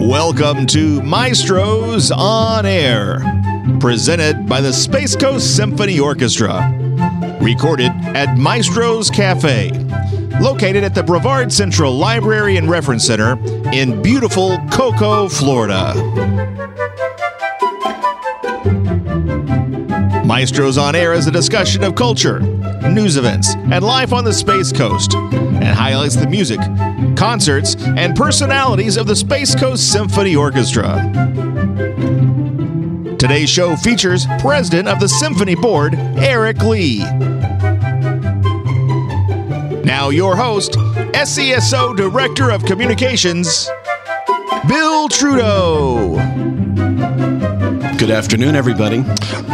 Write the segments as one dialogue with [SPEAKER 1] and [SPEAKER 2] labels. [SPEAKER 1] Welcome to Maestros on Air, presented by the Space Coast Symphony Orchestra. Recorded at Maestro's Cafe, located at the Brevard Central Library and Reference Center in beautiful Cocoa, Florida. Maestros on Air is a discussion of culture, news events, and life on the Space Coast, and highlights the music, concerts, and personalities of the Space Coast Symphony Orchestra. Today's show features President of the Symphony Board, Eric Lee. Now, your host, SESO Director of Communications, Bill Trudeau.
[SPEAKER 2] Good afternoon, everybody.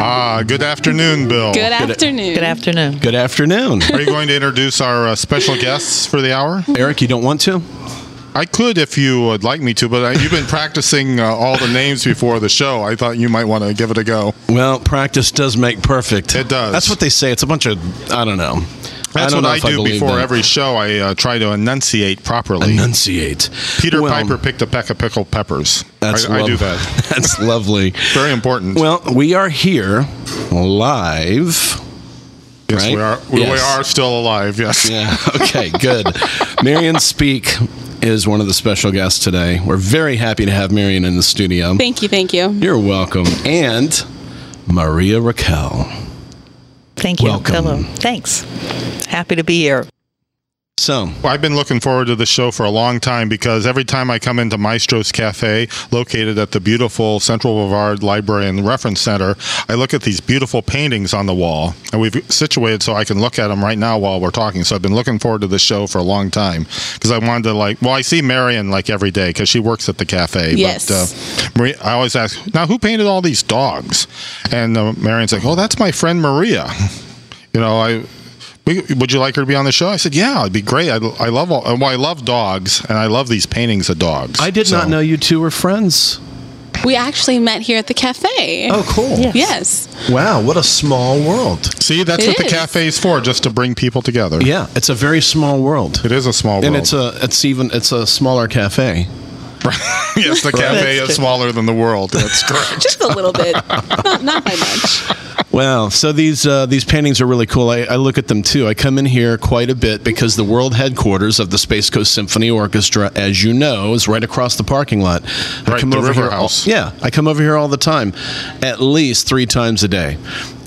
[SPEAKER 3] Ah, good afternoon, Bill.
[SPEAKER 4] Good afternoon.
[SPEAKER 5] Good afternoon.
[SPEAKER 2] Good afternoon.
[SPEAKER 3] Are you going to introduce our uh, special guests for the hour?
[SPEAKER 2] Eric, you don't want to?
[SPEAKER 3] I could if you would like me to, but uh, you've been practicing uh, all the names before the show. I thought you might want to give it a go.
[SPEAKER 2] Well, practice does make perfect.
[SPEAKER 3] It does.
[SPEAKER 2] That's what they say. It's a bunch of, I don't know. I
[SPEAKER 3] That's
[SPEAKER 2] don't
[SPEAKER 3] what
[SPEAKER 2] know
[SPEAKER 3] I
[SPEAKER 2] if
[SPEAKER 3] do
[SPEAKER 2] believe
[SPEAKER 3] before
[SPEAKER 2] that.
[SPEAKER 3] every show. I uh, try to enunciate properly.
[SPEAKER 2] Enunciate.
[SPEAKER 3] Peter
[SPEAKER 2] Well,
[SPEAKER 3] Piper picked a peck of pickled peppers.
[SPEAKER 2] That's
[SPEAKER 3] I, I do
[SPEAKER 2] lov-
[SPEAKER 3] that.
[SPEAKER 2] That's lovely.
[SPEAKER 3] Very important.
[SPEAKER 2] Well, we are here live.
[SPEAKER 3] yes,
[SPEAKER 2] right?
[SPEAKER 3] we are. We,
[SPEAKER 2] Yes.
[SPEAKER 3] we are still alive. Yes.
[SPEAKER 2] Yeah. Okay. Good. Marion Speak is one of the special guests today. We're very happy to have Marion in the studio.
[SPEAKER 4] Thank you, thank you.
[SPEAKER 2] You're welcome. And Maria Raquel.
[SPEAKER 5] Thank you.
[SPEAKER 2] Welcome.
[SPEAKER 5] Hello. Thanks. Happy to be here.
[SPEAKER 2] So,
[SPEAKER 3] Well, I've been looking forward to the show for a long time because every time I come into Maestro's Cafe, located at the beautiful Central Brevard Library and Reference Center, I look at these beautiful paintings on the wall, and we've situated so I can look at them right now while we're talking. So I've been looking forward to this show for a long time because I wanted to like. Well, I see Marion like every day because she works at the cafe.
[SPEAKER 4] Yes.
[SPEAKER 3] But, uh, Maria, I always ask now who painted all these dogs, and uh, Marion's like, "Oh, that's my friend Maria." you know, I we- would you like her to be on the show? I said, yeah, it'd be great. I, I love all, well, I love dogs, and I love these paintings of dogs.
[SPEAKER 2] I did
[SPEAKER 3] So-
[SPEAKER 2] not know you two were friends.
[SPEAKER 4] We actually met here at the cafe.
[SPEAKER 2] Oh, cool.
[SPEAKER 5] Yes.
[SPEAKER 4] Yes.
[SPEAKER 2] Wow, what a small world.
[SPEAKER 3] See, that's
[SPEAKER 4] It
[SPEAKER 3] what the
[SPEAKER 4] is.
[SPEAKER 3] cafe is for, just to bring people together.
[SPEAKER 2] Yeah, it's a very small world.
[SPEAKER 3] It is a small world.
[SPEAKER 2] And it's a it's even it's a smaller cafe.
[SPEAKER 3] yes, the cafe is smaller than the world. That's correct.
[SPEAKER 4] Just a little bit. not, not by much.
[SPEAKER 2] Wow. So these uh, these paintings are really cool. I, I look at them too. I come in here quite a bit because the world headquarters of the Space Coast Symphony Orchestra, as you know, is right across the parking lot. I
[SPEAKER 3] Right,
[SPEAKER 2] come
[SPEAKER 3] the
[SPEAKER 2] over
[SPEAKER 3] River
[SPEAKER 2] here all-
[SPEAKER 3] House.
[SPEAKER 2] yeah, I come over here all the time, at least three times a day.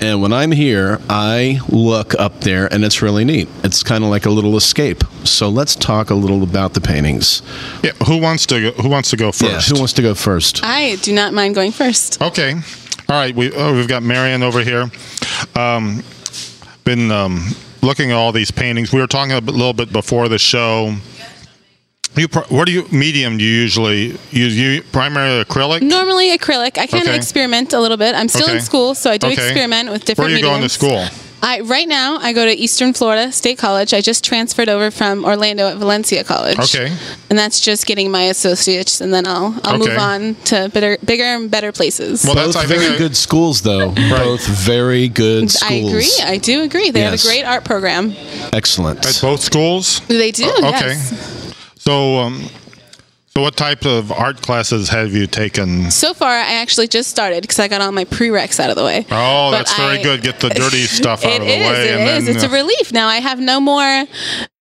[SPEAKER 2] And when I'm here, I look up there, and it's really neat. It's kind of like a little escape. So let's talk a little about the paintings.
[SPEAKER 3] Yeah, who wants to go, Who wants to go first?
[SPEAKER 2] Yeah, who wants to go first?
[SPEAKER 4] I do not mind going first.
[SPEAKER 3] Okay. All right. We oh, we've got Marion over here. Um, been um, looking at all these paintings. We were talking a bit- little bit before the show. You pro- what do you medium? Do you usually use you primarily acrylic?
[SPEAKER 4] Normally acrylic. I kind of
[SPEAKER 3] Okay.
[SPEAKER 4] experiment a little bit. I'm still
[SPEAKER 3] Okay.
[SPEAKER 4] in school, so I do
[SPEAKER 3] Okay.
[SPEAKER 4] experiment with
[SPEAKER 3] Where
[SPEAKER 4] different
[SPEAKER 3] are you going to
[SPEAKER 4] mediums.
[SPEAKER 3] school?
[SPEAKER 4] I right now I go to Eastern Florida State College. I just transferred over from Orlando at Valencia College.
[SPEAKER 3] Okay.
[SPEAKER 4] And that's just getting my associates and then I'll I'll
[SPEAKER 3] Okay.
[SPEAKER 4] move on to bigger bigger and better places.
[SPEAKER 3] Well,
[SPEAKER 2] Both
[SPEAKER 3] that's I think
[SPEAKER 2] very
[SPEAKER 3] a-
[SPEAKER 2] good schools, though. Both very good
[SPEAKER 4] I
[SPEAKER 2] schools.
[SPEAKER 4] agree. I do agree. They
[SPEAKER 2] Yes.
[SPEAKER 4] have a great art program.
[SPEAKER 2] Excellent.
[SPEAKER 3] at both schools.
[SPEAKER 4] They do.
[SPEAKER 3] Uh, okay.
[SPEAKER 4] Mm, Yes.
[SPEAKER 3] So, um, so what type of art classes have you taken?
[SPEAKER 4] So far, I actually just started because I got all my prereqs out of the way.
[SPEAKER 3] Oh,
[SPEAKER 4] But
[SPEAKER 3] that's very
[SPEAKER 4] I-
[SPEAKER 3] good. Get the dirty stuff out
[SPEAKER 4] It
[SPEAKER 3] of the
[SPEAKER 4] is,
[SPEAKER 3] way,
[SPEAKER 4] it
[SPEAKER 3] and
[SPEAKER 4] is.
[SPEAKER 3] then
[SPEAKER 4] It's a
[SPEAKER 3] uh,
[SPEAKER 4] relief now. I have no more,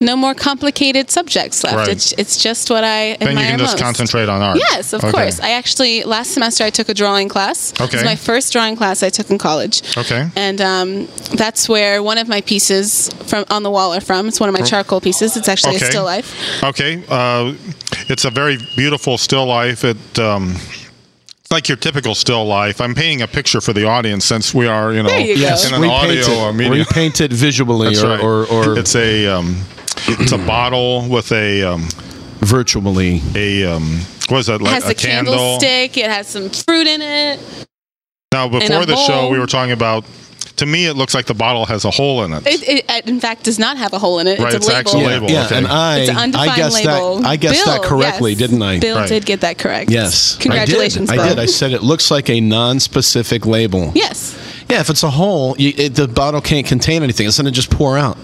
[SPEAKER 4] no more complicated subjects left.
[SPEAKER 3] Right.
[SPEAKER 4] It's it's just what I
[SPEAKER 3] then you
[SPEAKER 4] admire
[SPEAKER 3] can just
[SPEAKER 4] most.
[SPEAKER 3] concentrate on art.
[SPEAKER 4] Yes, of
[SPEAKER 3] Okay.
[SPEAKER 4] course. I actually last semester I took a drawing class. It
[SPEAKER 3] Okay.
[SPEAKER 4] was my first drawing class I took in college.
[SPEAKER 3] Okay.
[SPEAKER 4] And um, that's where one of my pieces from on the wall are from. It's one of my charcoal pieces. It's actually
[SPEAKER 3] Okay.
[SPEAKER 4] a still life.
[SPEAKER 3] Okay, uh, it's a very beautiful still life. It um, it's like your typical still life. I'm painting a picture for the audience since we are, you know,
[SPEAKER 4] There you go.
[SPEAKER 2] Yes,
[SPEAKER 3] in an
[SPEAKER 2] repaint
[SPEAKER 3] audio
[SPEAKER 2] it,
[SPEAKER 3] medium.
[SPEAKER 2] repaint it visually
[SPEAKER 3] That's
[SPEAKER 2] or,
[SPEAKER 3] right.
[SPEAKER 2] or, or
[SPEAKER 3] it's a um, it's a bottle with a um,
[SPEAKER 2] virtually.
[SPEAKER 3] a um, what is that
[SPEAKER 4] It
[SPEAKER 3] like
[SPEAKER 4] has a, candlestick. It has some fruit in it.
[SPEAKER 3] Now
[SPEAKER 4] a
[SPEAKER 3] before the show,
[SPEAKER 4] bowl.
[SPEAKER 3] we were talking about. To me, it looks like the bottle has a hole in it.
[SPEAKER 4] It, it, it in fact does not have a hole in it.
[SPEAKER 3] Right,
[SPEAKER 4] it's a
[SPEAKER 3] it's
[SPEAKER 4] label.
[SPEAKER 3] actually a label.
[SPEAKER 2] yeah,
[SPEAKER 3] okay.
[SPEAKER 2] and I,
[SPEAKER 4] It's an undefined
[SPEAKER 2] I guessed
[SPEAKER 4] label.
[SPEAKER 2] that, I guessed that
[SPEAKER 4] Bill,
[SPEAKER 2] correctly,
[SPEAKER 4] yes.
[SPEAKER 2] didn't I?
[SPEAKER 4] Bill
[SPEAKER 3] Right.
[SPEAKER 4] did get that correct.
[SPEAKER 2] Yes,
[SPEAKER 4] Congratulations,
[SPEAKER 2] I did.
[SPEAKER 4] Bill.
[SPEAKER 2] I did. I said it looks like a non-specific label.
[SPEAKER 4] yes.
[SPEAKER 2] Yeah, if it's a hole, you, it, the bottle can't contain anything. It's going to just pour out.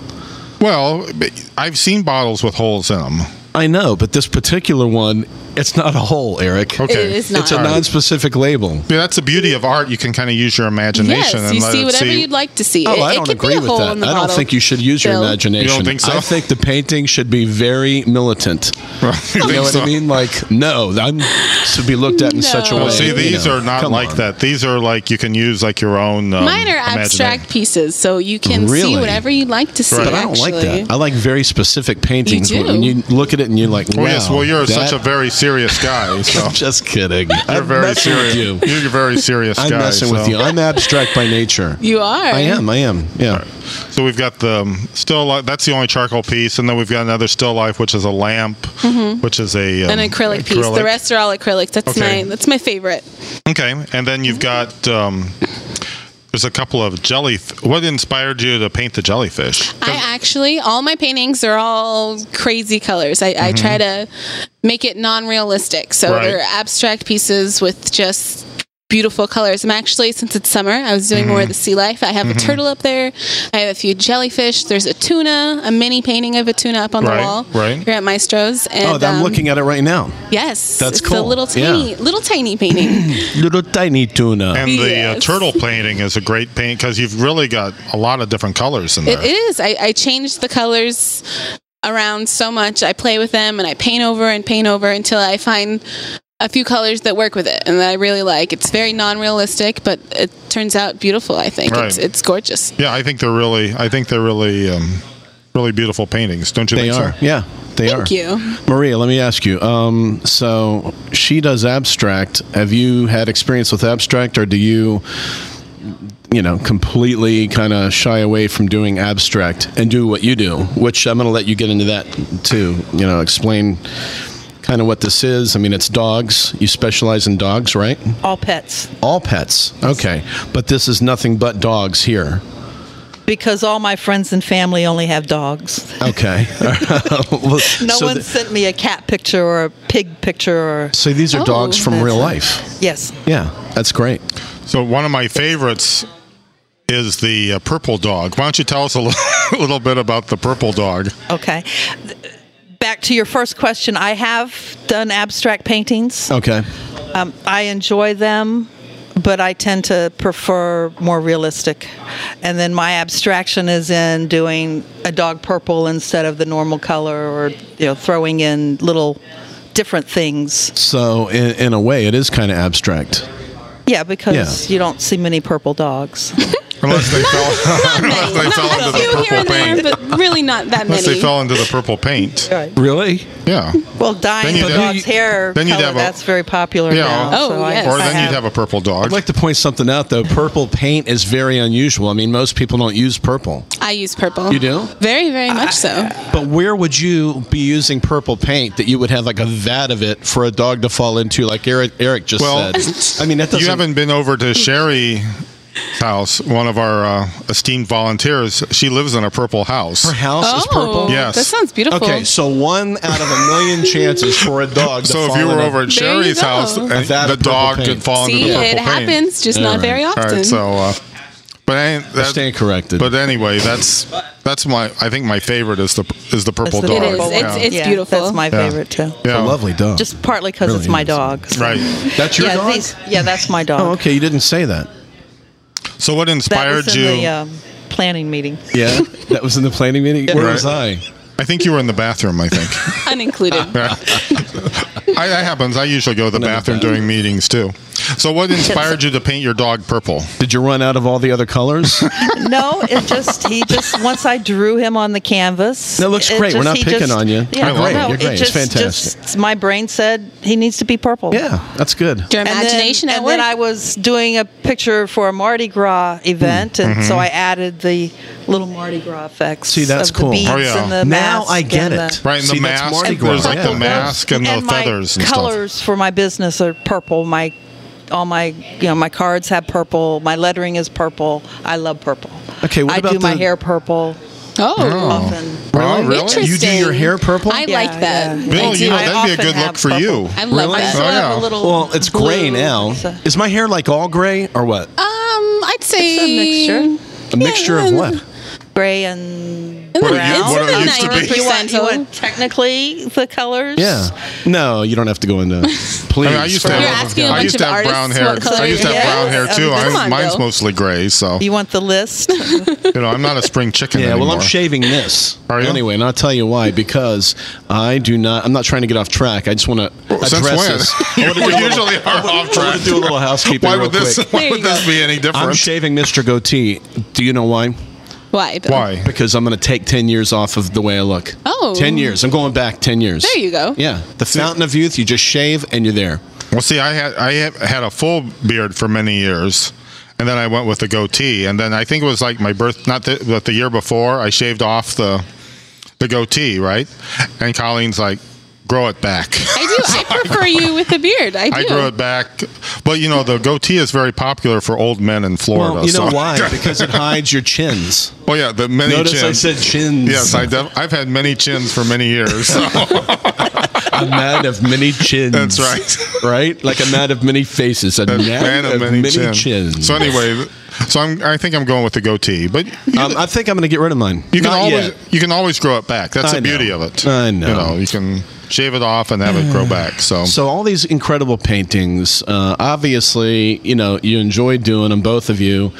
[SPEAKER 3] Well, but I've seen bottles with holes in them.
[SPEAKER 2] I know, but this particular one, it's not a hole, Eric.
[SPEAKER 3] Okay.
[SPEAKER 4] It is not.
[SPEAKER 2] It's a non-specific label.
[SPEAKER 3] Yeah, that's the beauty of art. You can kind of use your imagination
[SPEAKER 4] Yes,
[SPEAKER 3] and
[SPEAKER 4] you
[SPEAKER 3] let
[SPEAKER 4] see
[SPEAKER 3] it
[SPEAKER 4] whatever
[SPEAKER 3] see.
[SPEAKER 4] you'd like to see.
[SPEAKER 2] Oh,
[SPEAKER 4] it
[SPEAKER 2] I
[SPEAKER 4] it
[SPEAKER 2] don't
[SPEAKER 4] could
[SPEAKER 2] agree
[SPEAKER 4] be a
[SPEAKER 2] with
[SPEAKER 4] hole
[SPEAKER 2] that.
[SPEAKER 4] in the
[SPEAKER 2] I don't
[SPEAKER 4] bottle.
[SPEAKER 2] think you should use your
[SPEAKER 4] Bill.
[SPEAKER 2] imagination.
[SPEAKER 3] You don't think so?
[SPEAKER 2] I think the painting should be very militant.
[SPEAKER 3] Right, you
[SPEAKER 2] You
[SPEAKER 3] think
[SPEAKER 2] know what
[SPEAKER 3] so?
[SPEAKER 2] I mean? Like, no, I'm to be looked at in such a
[SPEAKER 4] No.
[SPEAKER 2] way.
[SPEAKER 3] Well, see,
[SPEAKER 2] you
[SPEAKER 3] these
[SPEAKER 2] know.
[SPEAKER 3] are not
[SPEAKER 2] Come
[SPEAKER 3] like
[SPEAKER 2] on.
[SPEAKER 3] that. These are like you can use like your own. Um,
[SPEAKER 4] Mine are
[SPEAKER 3] imagination.
[SPEAKER 4] abstract pieces, so you can
[SPEAKER 2] Really?
[SPEAKER 4] see whatever you'd like to see.
[SPEAKER 3] Right.
[SPEAKER 2] But I don't
[SPEAKER 4] actually.
[SPEAKER 2] like that. I like very specific paintings.
[SPEAKER 4] do.
[SPEAKER 2] When you look at it and you're like, wow.
[SPEAKER 3] Well, yes. Well, you're
[SPEAKER 2] that-
[SPEAKER 3] such a very serious guy. So
[SPEAKER 2] I'm just kidding.
[SPEAKER 3] you're
[SPEAKER 2] I'm
[SPEAKER 3] very
[SPEAKER 2] messing with
[SPEAKER 3] serious.
[SPEAKER 2] you.
[SPEAKER 3] are a very serious
[SPEAKER 2] I'm
[SPEAKER 3] guy.
[SPEAKER 2] messing with
[SPEAKER 3] so-
[SPEAKER 2] you. I'm abstract by nature.
[SPEAKER 4] You are.
[SPEAKER 2] I am. I am. Yeah.
[SPEAKER 3] So we've got the um, still life. That's the only charcoal piece, and then we've got another still life, which is a lamp, which is a um,
[SPEAKER 4] Mm-hmm. An acrylic, piece. The rest are all acrylics. That's
[SPEAKER 3] Okay.
[SPEAKER 4] my that's my favorite.
[SPEAKER 3] Okay, and then you've got. Um, there's a couple of jelly. What inspired you to paint the jellyfish?
[SPEAKER 4] I actually all my paintings are all crazy colors. I, I try to make it non-realistic, so
[SPEAKER 3] Mm-hmm. Right.
[SPEAKER 4] they're abstract pieces with just beautiful colors. I'm actually since it's summer, I was doing
[SPEAKER 3] Mm-hmm.
[SPEAKER 4] more of the sea life. I have a turtle up there. I have a few jellyfish. There's a tuna, a mini painting of a tuna up on
[SPEAKER 3] Right,
[SPEAKER 4] the wall
[SPEAKER 3] right.
[SPEAKER 4] here at Maestro's. And,
[SPEAKER 2] Oh, I'm
[SPEAKER 4] um,
[SPEAKER 2] looking at it right now.
[SPEAKER 4] Yes,
[SPEAKER 2] That's
[SPEAKER 4] it's
[SPEAKER 2] cool.
[SPEAKER 4] a little
[SPEAKER 2] Yeah.
[SPEAKER 4] tiny, little tiny painting.
[SPEAKER 2] Little tiny tuna.
[SPEAKER 3] And the uh,
[SPEAKER 4] Yes.
[SPEAKER 3] turtle painting is a great paint because you've really got a lot of different colors in there.
[SPEAKER 4] It is. I, I change the colors around so much. I play with them and I paint over and paint over until I find a few colors that work with it and that I really like. It's very non-realistic, but it turns out beautiful. I think
[SPEAKER 3] Right.
[SPEAKER 4] it's, it's gorgeous.
[SPEAKER 3] Yeah, I think they're really, I think they're really, um, really beautiful paintings. Don't you
[SPEAKER 2] They
[SPEAKER 3] think
[SPEAKER 2] are.
[SPEAKER 3] so?
[SPEAKER 2] Yeah. They are.
[SPEAKER 4] Thank you.
[SPEAKER 2] Maria, let me ask you. Um, so she does abstract. Have you had experience with abstract, or do you, you know, completely kind of shy away from doing abstract and do what you do? Which I'm going to let you get into that too. You know, explain kind of what this is. I mean, it's dogs. You specialize in dogs, right?
[SPEAKER 5] All pets.
[SPEAKER 2] All pets. Okay, but this is nothing but dogs here.
[SPEAKER 5] Because all my friends and family only have dogs.
[SPEAKER 2] Okay. Well,
[SPEAKER 5] No
[SPEAKER 2] so
[SPEAKER 5] one
[SPEAKER 2] th-
[SPEAKER 5] sent me a cat picture or a pig picture or.
[SPEAKER 2] so these are
[SPEAKER 4] Oh,
[SPEAKER 2] dogs from
[SPEAKER 4] that's
[SPEAKER 2] real
[SPEAKER 4] nice.
[SPEAKER 2] life.
[SPEAKER 5] Yes.
[SPEAKER 2] Yeah, that's great.
[SPEAKER 3] So one of my favorites is the uh, purple dog. Why don't you tell us a little, little bit about the purple dog?
[SPEAKER 5] Okay. Back to your first question. I have done abstract paintings.
[SPEAKER 2] Okay.
[SPEAKER 5] Um, I enjoy them, but I tend to prefer more realistic. And then my abstraction is in doing a dog purple instead of the normal color, or you know, throwing in little different things.
[SPEAKER 2] So in, in a way, it is kind of abstract.
[SPEAKER 5] Yeah, because
[SPEAKER 2] Yeah.
[SPEAKER 5] you don't see many purple dogs.
[SPEAKER 3] Unless they fell, unless they
[SPEAKER 4] Not
[SPEAKER 3] fell
[SPEAKER 4] a
[SPEAKER 3] into
[SPEAKER 4] few
[SPEAKER 3] the
[SPEAKER 4] here
[SPEAKER 3] purple
[SPEAKER 4] and there,
[SPEAKER 3] paint.
[SPEAKER 4] but really not that
[SPEAKER 3] Unless
[SPEAKER 4] many.
[SPEAKER 3] they fell into the purple paint.
[SPEAKER 2] Really?
[SPEAKER 3] Yeah.
[SPEAKER 5] well, dyeing
[SPEAKER 3] you'd
[SPEAKER 5] the
[SPEAKER 3] have-
[SPEAKER 5] dog's hair
[SPEAKER 3] then you'd
[SPEAKER 5] color,
[SPEAKER 3] have a-
[SPEAKER 5] that's very popular
[SPEAKER 3] Yeah.
[SPEAKER 5] now.
[SPEAKER 4] Oh,
[SPEAKER 5] so I-
[SPEAKER 4] yes.
[SPEAKER 3] Or
[SPEAKER 5] I
[SPEAKER 3] then you'd have a purple dog.
[SPEAKER 2] I'd like to point something out though. Purple paint is very unusual. I mean, most people don't use purple.
[SPEAKER 4] I use purple.
[SPEAKER 2] You do? Ah,
[SPEAKER 4] Very, very much so.
[SPEAKER 2] But where would you be using purple paint that you would have like a vat of it for a dog to fall into, like Eric, Eric just
[SPEAKER 3] Well,
[SPEAKER 2] said? I mean, that doesn't.
[SPEAKER 3] you haven't been over to Sherry's house, one of our uh, esteemed volunteers. She lives in a purple house.
[SPEAKER 2] Her house is
[SPEAKER 5] Oh,
[SPEAKER 2] purple.
[SPEAKER 3] Yes.
[SPEAKER 4] Oh, that sounds beautiful.
[SPEAKER 2] Okay, so one out of a million chances for a dog. to
[SPEAKER 3] So if
[SPEAKER 2] fall
[SPEAKER 3] you
[SPEAKER 2] in
[SPEAKER 3] were
[SPEAKER 2] a-
[SPEAKER 3] over at
[SPEAKER 4] There you
[SPEAKER 3] Sherry's
[SPEAKER 4] go.
[SPEAKER 3] house, and
[SPEAKER 2] I've had a
[SPEAKER 3] the
[SPEAKER 2] purple
[SPEAKER 3] dog
[SPEAKER 2] paint.
[SPEAKER 3] could fall into
[SPEAKER 4] See,
[SPEAKER 3] the purple
[SPEAKER 4] it
[SPEAKER 3] paint.
[SPEAKER 4] happens, just
[SPEAKER 2] All
[SPEAKER 4] not
[SPEAKER 2] right.
[SPEAKER 4] very
[SPEAKER 3] All
[SPEAKER 4] often.
[SPEAKER 3] right, so uh, but I, that,
[SPEAKER 2] Stand corrected.
[SPEAKER 3] But anyway, that's that's my I think my favorite is the is the purple
[SPEAKER 5] the
[SPEAKER 3] dog.
[SPEAKER 5] purple
[SPEAKER 4] It is.
[SPEAKER 3] Yeah.
[SPEAKER 4] It's- it's beautiful.
[SPEAKER 5] That's my
[SPEAKER 3] Yeah.
[SPEAKER 5] favorite too.
[SPEAKER 2] It's
[SPEAKER 3] Yeah.
[SPEAKER 2] a lovely dog.
[SPEAKER 5] Just partly because
[SPEAKER 2] Really
[SPEAKER 5] it's my
[SPEAKER 2] is.
[SPEAKER 5] dog. so-
[SPEAKER 3] right.
[SPEAKER 2] that's your
[SPEAKER 5] yeah,
[SPEAKER 2] dog.
[SPEAKER 5] these- yeah, that's my dog.
[SPEAKER 2] oh, okay. You didn't say that.
[SPEAKER 3] So what
[SPEAKER 5] That
[SPEAKER 3] inspired
[SPEAKER 5] was
[SPEAKER 3] you?
[SPEAKER 5] in the um, planning meeting.
[SPEAKER 2] Yeah, that was in the planning meeting. Where
[SPEAKER 3] Right.
[SPEAKER 2] was I?
[SPEAKER 3] I think you were in the bathroom. I think
[SPEAKER 4] Unincluded.
[SPEAKER 2] Ah.
[SPEAKER 3] I, that happens. I usually go to the bathroom during meetings too. So what inspired you to paint your dog purple?
[SPEAKER 2] Did you run out of all the other colors?
[SPEAKER 5] No, it just he just once I drew him on the canvas.
[SPEAKER 2] That looks
[SPEAKER 5] it
[SPEAKER 2] great. We're not
[SPEAKER 5] he
[SPEAKER 2] picking on you.
[SPEAKER 5] Yeah,
[SPEAKER 2] You're great.
[SPEAKER 5] No,
[SPEAKER 2] You're
[SPEAKER 5] it
[SPEAKER 2] great. It's
[SPEAKER 5] just-
[SPEAKER 2] fantastic.
[SPEAKER 5] just- my brain said he needs to be purple.
[SPEAKER 2] yeah, that's good.
[SPEAKER 4] Your
[SPEAKER 5] And then-
[SPEAKER 4] imagination
[SPEAKER 5] and
[SPEAKER 4] at
[SPEAKER 5] then
[SPEAKER 4] work.
[SPEAKER 5] I was doing a picture for a Mardi Gras event, and
[SPEAKER 3] Mm-hmm.
[SPEAKER 5] so I added the little Mardi Gras effects.
[SPEAKER 2] See, that's
[SPEAKER 5] of the
[SPEAKER 2] cool.
[SPEAKER 5] beads
[SPEAKER 3] Oh, yeah.
[SPEAKER 5] and the
[SPEAKER 2] Now
[SPEAKER 5] mask
[SPEAKER 2] I get
[SPEAKER 5] and
[SPEAKER 2] it.
[SPEAKER 5] the-
[SPEAKER 3] Right, and
[SPEAKER 2] See,
[SPEAKER 3] the
[SPEAKER 2] that's
[SPEAKER 3] mask.
[SPEAKER 2] Mardi Gras,
[SPEAKER 3] There's like the
[SPEAKER 2] yeah.
[SPEAKER 3] mask and, the
[SPEAKER 5] my
[SPEAKER 3] feathers and
[SPEAKER 5] colors for my business are purple. My all my you know my cards have purple. My lettering is purple. I love purple.
[SPEAKER 2] Okay, what
[SPEAKER 5] I
[SPEAKER 2] about
[SPEAKER 5] do my
[SPEAKER 2] the-
[SPEAKER 5] hair purple
[SPEAKER 4] oh,
[SPEAKER 5] often.
[SPEAKER 3] stuff. Oh, really?
[SPEAKER 4] Interesting.
[SPEAKER 2] You do your hair purple?
[SPEAKER 4] I
[SPEAKER 5] Yeah,
[SPEAKER 4] like that.
[SPEAKER 5] yeah.
[SPEAKER 3] Bill,
[SPEAKER 4] I
[SPEAKER 3] you
[SPEAKER 4] do.
[SPEAKER 3] know
[SPEAKER 5] I
[SPEAKER 3] that'd be a
[SPEAKER 5] often
[SPEAKER 3] good look
[SPEAKER 5] have
[SPEAKER 3] for you.
[SPEAKER 4] I love
[SPEAKER 2] Really?
[SPEAKER 5] I
[SPEAKER 4] that.
[SPEAKER 5] still
[SPEAKER 3] Oh,
[SPEAKER 5] have
[SPEAKER 3] yeah.
[SPEAKER 5] a little.
[SPEAKER 2] Well, it's gray
[SPEAKER 5] blue.
[SPEAKER 2] now.
[SPEAKER 5] So-
[SPEAKER 2] Is my hair like all gray or what?
[SPEAKER 4] Um, I'd say
[SPEAKER 5] It's a mixture.
[SPEAKER 2] A mixture of what?
[SPEAKER 5] Gray and
[SPEAKER 4] In the,
[SPEAKER 3] What it
[SPEAKER 5] brown.
[SPEAKER 3] used- what it
[SPEAKER 4] it's
[SPEAKER 3] used
[SPEAKER 4] in
[SPEAKER 3] to
[SPEAKER 4] the
[SPEAKER 3] be.
[SPEAKER 4] ninety
[SPEAKER 5] You want,
[SPEAKER 4] percent.
[SPEAKER 5] you want technically the colors?
[SPEAKER 2] Yeah. No, you don't have to go into. Please.
[SPEAKER 3] I, mean, I used to
[SPEAKER 2] for-
[SPEAKER 4] You're
[SPEAKER 3] have,
[SPEAKER 4] asking a
[SPEAKER 3] I
[SPEAKER 4] bunch
[SPEAKER 3] used to
[SPEAKER 4] of
[SPEAKER 3] have brown
[SPEAKER 4] artists
[SPEAKER 3] hair.
[SPEAKER 4] what color
[SPEAKER 3] I used to have
[SPEAKER 5] your
[SPEAKER 3] brown
[SPEAKER 5] hair
[SPEAKER 3] hair
[SPEAKER 5] is.
[SPEAKER 3] too.
[SPEAKER 5] I mean,
[SPEAKER 3] I'm-
[SPEAKER 4] come on,
[SPEAKER 3] mine's
[SPEAKER 4] Bill.
[SPEAKER 3] mostly gray, so you
[SPEAKER 5] You want the list?
[SPEAKER 3] know I'm not a spring chicken
[SPEAKER 2] Yeah,
[SPEAKER 3] anymore.
[SPEAKER 2] well, I'm shaving this.
[SPEAKER 3] Are you?
[SPEAKER 2] Anyway, and I'll tell you why. Because I do not. I'm not trying to get off track. I just want to address
[SPEAKER 3] Since
[SPEAKER 2] this.
[SPEAKER 3] when?
[SPEAKER 2] I wanna do a
[SPEAKER 3] we
[SPEAKER 2] little-
[SPEAKER 3] usually are off
[SPEAKER 2] I
[SPEAKER 3] track.
[SPEAKER 2] want to do a little housekeeping.
[SPEAKER 3] Why
[SPEAKER 2] real
[SPEAKER 3] would this?
[SPEAKER 2] quick.
[SPEAKER 3] Why
[SPEAKER 4] There
[SPEAKER 3] would
[SPEAKER 4] you
[SPEAKER 3] this
[SPEAKER 4] go.
[SPEAKER 3] be any
[SPEAKER 2] I'm
[SPEAKER 3] different?
[SPEAKER 2] shaving Mr. Goatee. Do you know why?
[SPEAKER 4] Why? Bill?
[SPEAKER 3] Why?
[SPEAKER 2] Because I'm going to take 10 years off of the way I look.
[SPEAKER 4] Oh.
[SPEAKER 2] 10 years. I'm going back 10 years.
[SPEAKER 4] There you go.
[SPEAKER 2] Yeah. The fountain of youth, you just shave and you're there.
[SPEAKER 3] Well, see, I had I had- had a full beard for many years, and then I went with the goatee, and then I think it was like my birth, not the, but the year before, I shaved off the the goatee, right? And Colleen's like, grow it back.
[SPEAKER 4] I do. I prefer you with a beard. I do.
[SPEAKER 3] I grew it back, but you know the goatee is very popular for old men in Florida.
[SPEAKER 2] Well, you know
[SPEAKER 3] so-
[SPEAKER 2] why? Because it hides your chins.
[SPEAKER 3] Well, yeah, the many
[SPEAKER 2] Notice
[SPEAKER 3] chins.
[SPEAKER 2] I said chins.
[SPEAKER 3] Yes, I def- I've had many chins for many years. so-
[SPEAKER 2] A man of many chins.
[SPEAKER 3] That's right.
[SPEAKER 2] Right? Like a man of many faces. A, man, of, many,
[SPEAKER 3] chin.
[SPEAKER 2] chins.
[SPEAKER 3] So anyway, so I'm, I think I'm going with the goatee, but you can,
[SPEAKER 2] um, I think I'm going to get rid of mine.
[SPEAKER 3] you can
[SPEAKER 2] Not
[SPEAKER 3] always
[SPEAKER 2] yet.
[SPEAKER 3] you can always grow it back. That's
[SPEAKER 2] I
[SPEAKER 3] the
[SPEAKER 2] know.
[SPEAKER 3] beauty of it.
[SPEAKER 2] I know.
[SPEAKER 3] You know, you can shave it off and have it grow back. So,
[SPEAKER 2] So all these incredible paintings, uh, obviously, you know, you enjoy doing them, both of you.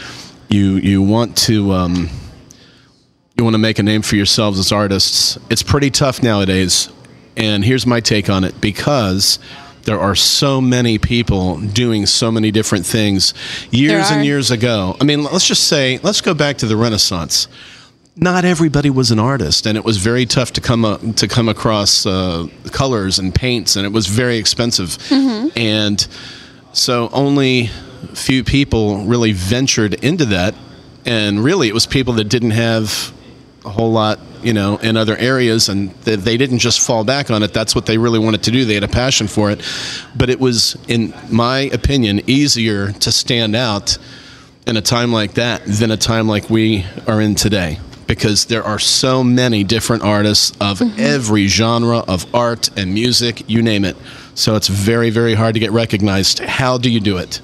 [SPEAKER 2] You you want to um, you want to make a name for yourselves as artists. It's pretty tough nowadays, and here's my take on it because there are so many people doing so many different things. Years
[SPEAKER 4] are.
[SPEAKER 2] and years ago, I mean, let's just say, let's go back to the Renaissance not everybody was an artist, and it was very tough to come up, to come across uh, colors and paints, and it was very expensive, and so only few people really ventured into that, and really it was people that didn't have a whole lot, you know, in other areas, and th- they didn't just fall back on it. That's what they really wanted to do. They had a passion for it, but it was, in my opinion, easier to stand out in a time like that than a time like we are in today because there are so many different artists of every genre of art and music, you name it. So it's very, very hard to get recognized. How do you do it?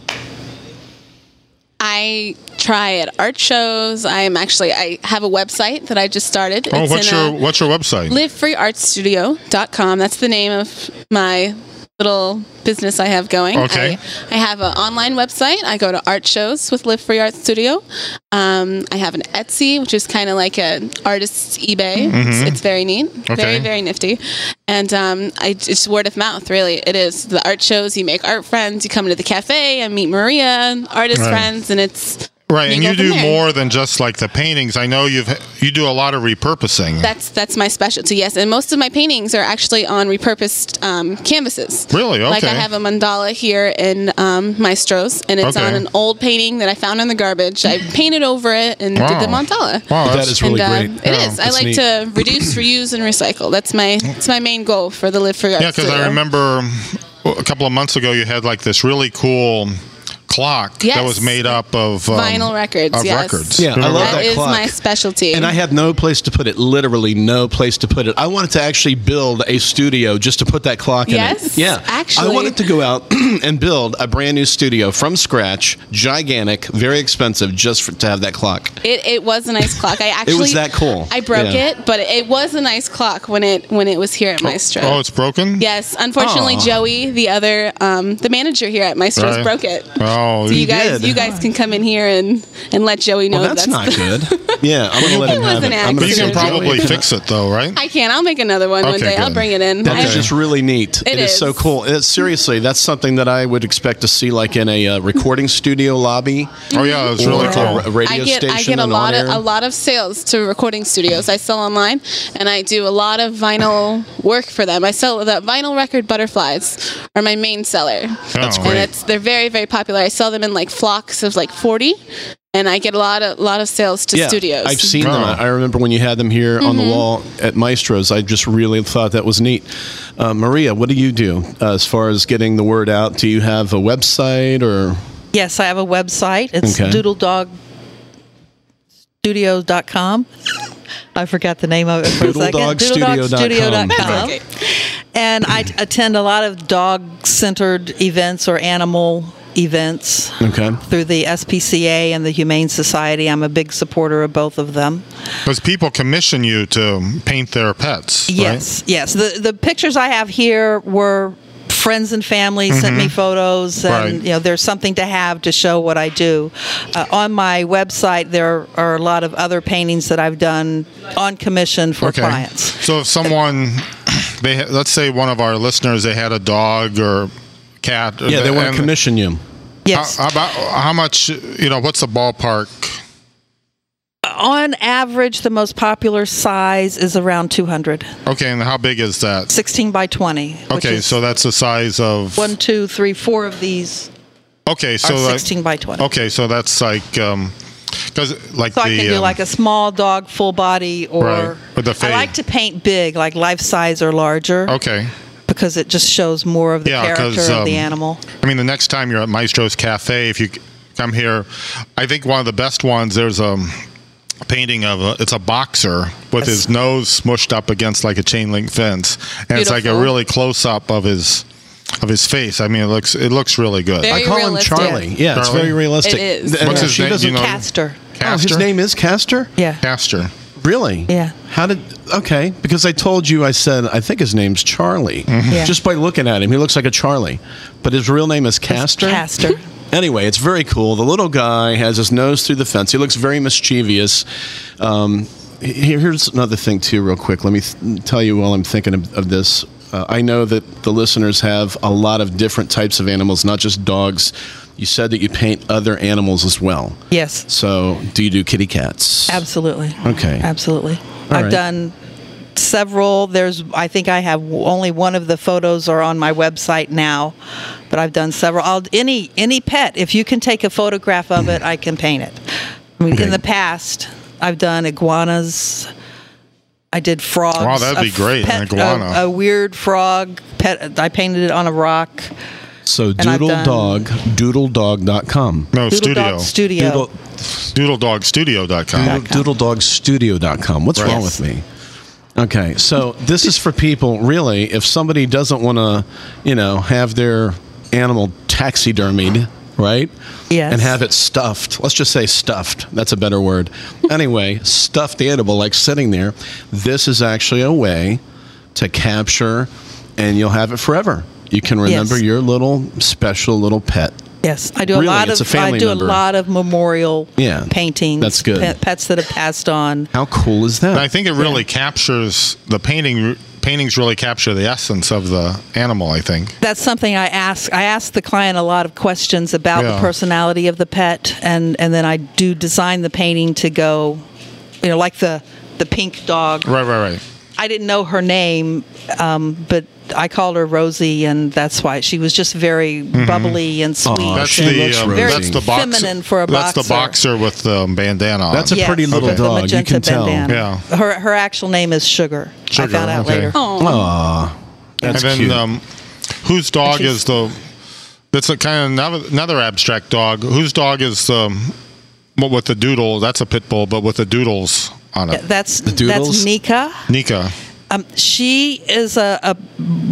[SPEAKER 4] I try at art shows. I am actually. I have a website that I just started.
[SPEAKER 3] oh,
[SPEAKER 4] It's
[SPEAKER 3] what's
[SPEAKER 4] in
[SPEAKER 3] your
[SPEAKER 4] a-
[SPEAKER 3] what's your website?
[SPEAKER 4] livefreeartstudio.com. That's the name of my little business I have going.
[SPEAKER 3] Okay.
[SPEAKER 4] I, I have an online website. I go to art shows with Live Free Art Studio. Um, I have an Etsy, which is kind of like an artist's eBay. It's, it's very neat,
[SPEAKER 3] Mm-hmm. Okay.
[SPEAKER 4] very very nifty, and um, I, it's word of mouth. Really, it is the art shows. You make art friends. You come to the cafe and meet Maria, artist
[SPEAKER 3] Right.
[SPEAKER 4] friends, and it's
[SPEAKER 3] right, and
[SPEAKER 4] go
[SPEAKER 3] you
[SPEAKER 4] from
[SPEAKER 3] do
[SPEAKER 4] there.
[SPEAKER 3] more than just like the paintings. I know you've you do a lot of repurposing.
[SPEAKER 4] that's that's my specialty. Yes, and most of my paintings are actually on repurposed um, canvases.
[SPEAKER 3] Really?
[SPEAKER 4] Like I
[SPEAKER 3] Okay.
[SPEAKER 4] have a mandala here in um, Maestros, and it's
[SPEAKER 3] Okay.
[SPEAKER 4] on an old painting that I found in the garbage. I painted over it and did the mandala.
[SPEAKER 3] Wow,
[SPEAKER 2] That
[SPEAKER 3] that's-
[SPEAKER 2] is really
[SPEAKER 4] and, um,
[SPEAKER 2] great.
[SPEAKER 4] It
[SPEAKER 2] Yeah,
[SPEAKER 4] is. I
[SPEAKER 2] that's
[SPEAKER 4] like
[SPEAKER 2] neat.
[SPEAKER 4] to reduce, reuse, and recycle. That's my it's my main goal for the Live Free Art.
[SPEAKER 3] Yeah, because I
[SPEAKER 4] Studio.
[SPEAKER 3] remember a couple of months ago you had like this really cool clock that
[SPEAKER 4] Yes.
[SPEAKER 3] was made up of um,
[SPEAKER 4] Vinyl records,
[SPEAKER 3] Of
[SPEAKER 4] yes.
[SPEAKER 3] records.
[SPEAKER 2] Yeah, I
[SPEAKER 3] Remember
[SPEAKER 2] love
[SPEAKER 4] that
[SPEAKER 2] that
[SPEAKER 4] is
[SPEAKER 2] clock.
[SPEAKER 4] my specialty.
[SPEAKER 2] And I had no place to put it, literally no place to put it. I wanted to actually build a studio just to put that clock in.
[SPEAKER 4] Yes,
[SPEAKER 2] it. Yeah.
[SPEAKER 4] actually.
[SPEAKER 2] I wanted to go out and build a brand new studio from scratch, gigantic, very expensive, just for, to have that clock.
[SPEAKER 4] It, it was a nice clock. I actually
[SPEAKER 2] that cool.
[SPEAKER 4] I broke
[SPEAKER 2] Yeah.
[SPEAKER 4] it, but it was a nice clock when it when it was here at Maestro.
[SPEAKER 3] Oh, it's broken.
[SPEAKER 4] yes, unfortunately,
[SPEAKER 2] Aw.
[SPEAKER 4] Joey, the other um, the manager here at Maestro's,
[SPEAKER 3] Right.
[SPEAKER 4] broke it.
[SPEAKER 3] Oh,
[SPEAKER 4] So you guys,
[SPEAKER 2] did.
[SPEAKER 4] you guys can come in here and and let Joey know
[SPEAKER 2] Well, that's,
[SPEAKER 4] that's
[SPEAKER 2] not good. Yeah, I'm gonna let
[SPEAKER 4] It
[SPEAKER 2] him
[SPEAKER 4] was
[SPEAKER 2] have
[SPEAKER 4] an
[SPEAKER 2] it. I'm
[SPEAKER 3] but
[SPEAKER 2] gonna
[SPEAKER 3] you
[SPEAKER 4] accident.
[SPEAKER 3] can
[SPEAKER 2] say Joey.
[SPEAKER 3] probably fix it though, right?
[SPEAKER 4] I can. I'll make another one one
[SPEAKER 3] Okay,
[SPEAKER 4] day. I'll
[SPEAKER 3] good.
[SPEAKER 4] bring it in.
[SPEAKER 2] That
[SPEAKER 4] I-
[SPEAKER 2] is just really neat.
[SPEAKER 4] It
[SPEAKER 2] it is. so
[SPEAKER 4] is.
[SPEAKER 2] cool. It's seriously, that's something that I would expect to see like in a uh, recording studio lobby.
[SPEAKER 3] Oh yeah, it's really
[SPEAKER 2] or
[SPEAKER 3] cool.
[SPEAKER 2] A radio
[SPEAKER 4] I get
[SPEAKER 2] station
[SPEAKER 4] I get a
[SPEAKER 2] and
[SPEAKER 4] lot of
[SPEAKER 2] on-air.
[SPEAKER 4] a lot of sales to recording studios. I sell online and I do a lot of vinyl work for them. I sell the vinyl record butterflies are my main seller.
[SPEAKER 2] Oh,
[SPEAKER 3] That's
[SPEAKER 4] And
[SPEAKER 3] great.
[SPEAKER 4] it's they're very very popular. I sell them in like flocks of like 40 and I get a lot of lot of sales to studios. Mm-hmm.
[SPEAKER 2] I've seen
[SPEAKER 3] Oh.
[SPEAKER 2] them. I I remember when you had them here on the wall at Maestro's. I just really thought that was neat. Uh, Maria, what do you do uh, as far as getting the word out? Do you have a website or?
[SPEAKER 5] Yes, I have a website. It's
[SPEAKER 2] Okay.
[SPEAKER 5] doodledogstudios.com. I forgot the name of it for a second.
[SPEAKER 2] Doodledogstudio.com.
[SPEAKER 5] Doodledogstudio.com.
[SPEAKER 4] Okay.
[SPEAKER 5] And I t- attend a lot of dog centered events or animal events
[SPEAKER 2] Okay.
[SPEAKER 5] through the SPCA and the Humane Society. I'm a big supporter of both of them.
[SPEAKER 3] Because people commission you to paint their pets. right?
[SPEAKER 5] Yes, yes. The the pictures I have here were friends and family sent me photos, and
[SPEAKER 3] Mm-hmm. Right.
[SPEAKER 5] you know there's something to have to show what I do. Uh, on my website, there are a lot of other paintings that I've done on commission for clients.
[SPEAKER 3] So if someone, they ha- let's say one of our listeners, they had a dog or cat.
[SPEAKER 2] Yeah, they want
[SPEAKER 3] and-
[SPEAKER 2] to commission you.
[SPEAKER 3] How,
[SPEAKER 5] Yes.
[SPEAKER 3] how about how much? You know, what's the ballpark?
[SPEAKER 5] on average, the most popular size is around 200,
[SPEAKER 3] Okay, and how big is that?
[SPEAKER 5] 16 by 20. which
[SPEAKER 3] Okay,
[SPEAKER 5] is
[SPEAKER 3] so that's the size of.
[SPEAKER 5] one, two, three, four of these
[SPEAKER 3] okay, so
[SPEAKER 5] are
[SPEAKER 3] like-
[SPEAKER 5] 16 by 20.
[SPEAKER 3] Okay, so that's like um, because like
[SPEAKER 5] So
[SPEAKER 3] the
[SPEAKER 5] I can do
[SPEAKER 3] um,
[SPEAKER 5] like a small dog full body or
[SPEAKER 3] Right, with the
[SPEAKER 5] I like
[SPEAKER 3] fade.
[SPEAKER 5] to paint big, like life size or larger
[SPEAKER 3] okay.
[SPEAKER 5] because it just shows more of the
[SPEAKER 3] Yeah,
[SPEAKER 5] character
[SPEAKER 3] 'cause,
[SPEAKER 5] of the
[SPEAKER 3] um,
[SPEAKER 5] animal.
[SPEAKER 3] I mean, the next time you're at Maestro's Cafe, if you c- come here, I think one of the best ones. There's a painting of a, it's a boxer with his nose smushed up against like a chain link fence, and it's like a
[SPEAKER 4] Beautiful.
[SPEAKER 3] really close up of his of his face. I mean, it looks it looks really good.
[SPEAKER 4] Very
[SPEAKER 2] I call
[SPEAKER 4] realistic.
[SPEAKER 2] him Charlie. Yeah, it's
[SPEAKER 3] Charlie?
[SPEAKER 2] very realistic.
[SPEAKER 4] It is.
[SPEAKER 2] Th- and
[SPEAKER 3] What's his
[SPEAKER 2] she
[SPEAKER 3] name?
[SPEAKER 2] doesn't-
[SPEAKER 3] You know-
[SPEAKER 5] Caster.
[SPEAKER 2] Oh, his name is Caster.
[SPEAKER 5] Yeah.
[SPEAKER 3] Caster.
[SPEAKER 2] Really?
[SPEAKER 5] Yeah.
[SPEAKER 2] How did? Okay, because I told you I said I think his name's Charlie.
[SPEAKER 5] Yeah.
[SPEAKER 2] Just by looking at him, he looks like a Charlie, but his real name is Caster.
[SPEAKER 5] Caster.
[SPEAKER 2] Anyway, it's very cool. The little guy has his nose through the fence. He looks very mischievous. Um, here- here's another thing, too, real quick. Let me th- tell you while I'm thinking of, of this. Uh, I know that the listeners have a lot of different types of animals, not just dogs. You said that you paint other animals as well.
[SPEAKER 5] yes.
[SPEAKER 2] So, do you do kitty cats?
[SPEAKER 5] Absolutely.
[SPEAKER 2] Okay.
[SPEAKER 5] Absolutely. I've
[SPEAKER 2] right.
[SPEAKER 5] done several. There's, I think I have w- only one of the photos are on my website now, but I've done several. I'll, any any pet, if you can take a photograph of it, I can paint it. I mean,
[SPEAKER 2] Okay.
[SPEAKER 5] In the past, I've done iguanas. I did frogs.
[SPEAKER 3] Wow, that'd
[SPEAKER 5] a
[SPEAKER 3] be great, an
[SPEAKER 5] pet-
[SPEAKER 3] iguana.
[SPEAKER 5] A, a weird frog pet. I painted it on a rock.
[SPEAKER 2] So,
[SPEAKER 5] And I've
[SPEAKER 2] doodle
[SPEAKER 5] done-
[SPEAKER 2] dog, doodledog.com.
[SPEAKER 3] No,
[SPEAKER 5] Doodle
[SPEAKER 3] studio.
[SPEAKER 5] Dog Studio.
[SPEAKER 2] Doodle,
[SPEAKER 3] Doodledogstudio.com.
[SPEAKER 2] doodledogstudio.com. What's
[SPEAKER 3] Right.
[SPEAKER 2] wrong with me? Okay, so this is for people really if somebody doesn't want to, you know, have their animal taxidermied, right?
[SPEAKER 5] Yes.
[SPEAKER 2] And have it stuffed. Let's just say stuffed. That's a better word. Anyway, stuffed animal like sitting there. This is actually a way to capture and you'll have it forever. You can remember
[SPEAKER 5] Yes.
[SPEAKER 2] your little special little pet
[SPEAKER 5] Yes, I do a
[SPEAKER 2] Really,
[SPEAKER 5] lot
[SPEAKER 2] it's
[SPEAKER 5] of
[SPEAKER 2] a family
[SPEAKER 5] I do
[SPEAKER 2] member.
[SPEAKER 5] a lot of memorial
[SPEAKER 2] Yeah,
[SPEAKER 5] paintings.
[SPEAKER 2] that's good.
[SPEAKER 5] Pet, pets that have passed on.
[SPEAKER 2] How cool is that?
[SPEAKER 3] And I think it really captures the painting. Paintings really capture the essence of the animal. I think.
[SPEAKER 5] That's something I ask. I ask the client a lot of questions about
[SPEAKER 3] Yeah.
[SPEAKER 5] the personality of the pet, and and then I do design the painting to go, you know, like the the pink dog.
[SPEAKER 3] Right, right, right.
[SPEAKER 5] I didn't know her name, um, but I called her Rosie, and that's why she was just very bubbly and sweet.
[SPEAKER 2] Mm-hmm. Aw,
[SPEAKER 3] That's
[SPEAKER 2] she
[SPEAKER 5] and-
[SPEAKER 3] the,
[SPEAKER 2] looks
[SPEAKER 3] um,
[SPEAKER 2] rosy.
[SPEAKER 3] that's the boxer.
[SPEAKER 5] Feminine for a
[SPEAKER 3] That's the
[SPEAKER 5] boxer.
[SPEAKER 3] boxer with the bandana. On.
[SPEAKER 2] That's a pretty
[SPEAKER 5] Yes,
[SPEAKER 2] little
[SPEAKER 5] with the
[SPEAKER 2] dog. You
[SPEAKER 5] magenta
[SPEAKER 2] can tell.
[SPEAKER 5] bandana.
[SPEAKER 3] Yeah.
[SPEAKER 5] Her her actual name is Sugar. I
[SPEAKER 3] Sugar,
[SPEAKER 5] found out
[SPEAKER 3] okay.
[SPEAKER 5] later.
[SPEAKER 2] Aw, that's
[SPEAKER 3] and then
[SPEAKER 2] cute.
[SPEAKER 3] um, whose dog
[SPEAKER 5] She's-
[SPEAKER 3] is the? That's a kind of another, another abstract dog. Whose dog is um, what with the doodle? That's a pit bull, but with the doodles on it.
[SPEAKER 5] That's
[SPEAKER 2] doodles?
[SPEAKER 5] that's Nika.
[SPEAKER 3] Nika.
[SPEAKER 5] Um, she is a, a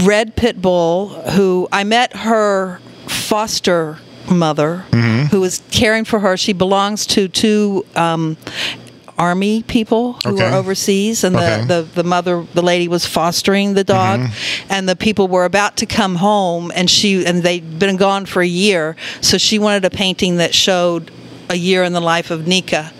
[SPEAKER 5] red pit bull who I met her foster mother,
[SPEAKER 3] Mm-hmm.
[SPEAKER 5] who was caring for her. She belongs to two um, army people who
[SPEAKER 3] Okay.
[SPEAKER 5] are overseas, and
[SPEAKER 3] Okay.
[SPEAKER 5] the, the the mother, the lady, was fostering the dog,
[SPEAKER 3] Mm-hmm.
[SPEAKER 5] and the people were about to come home, and she and they'd been gone for a year, so she wanted a painting that showed. A year in the life of Nika.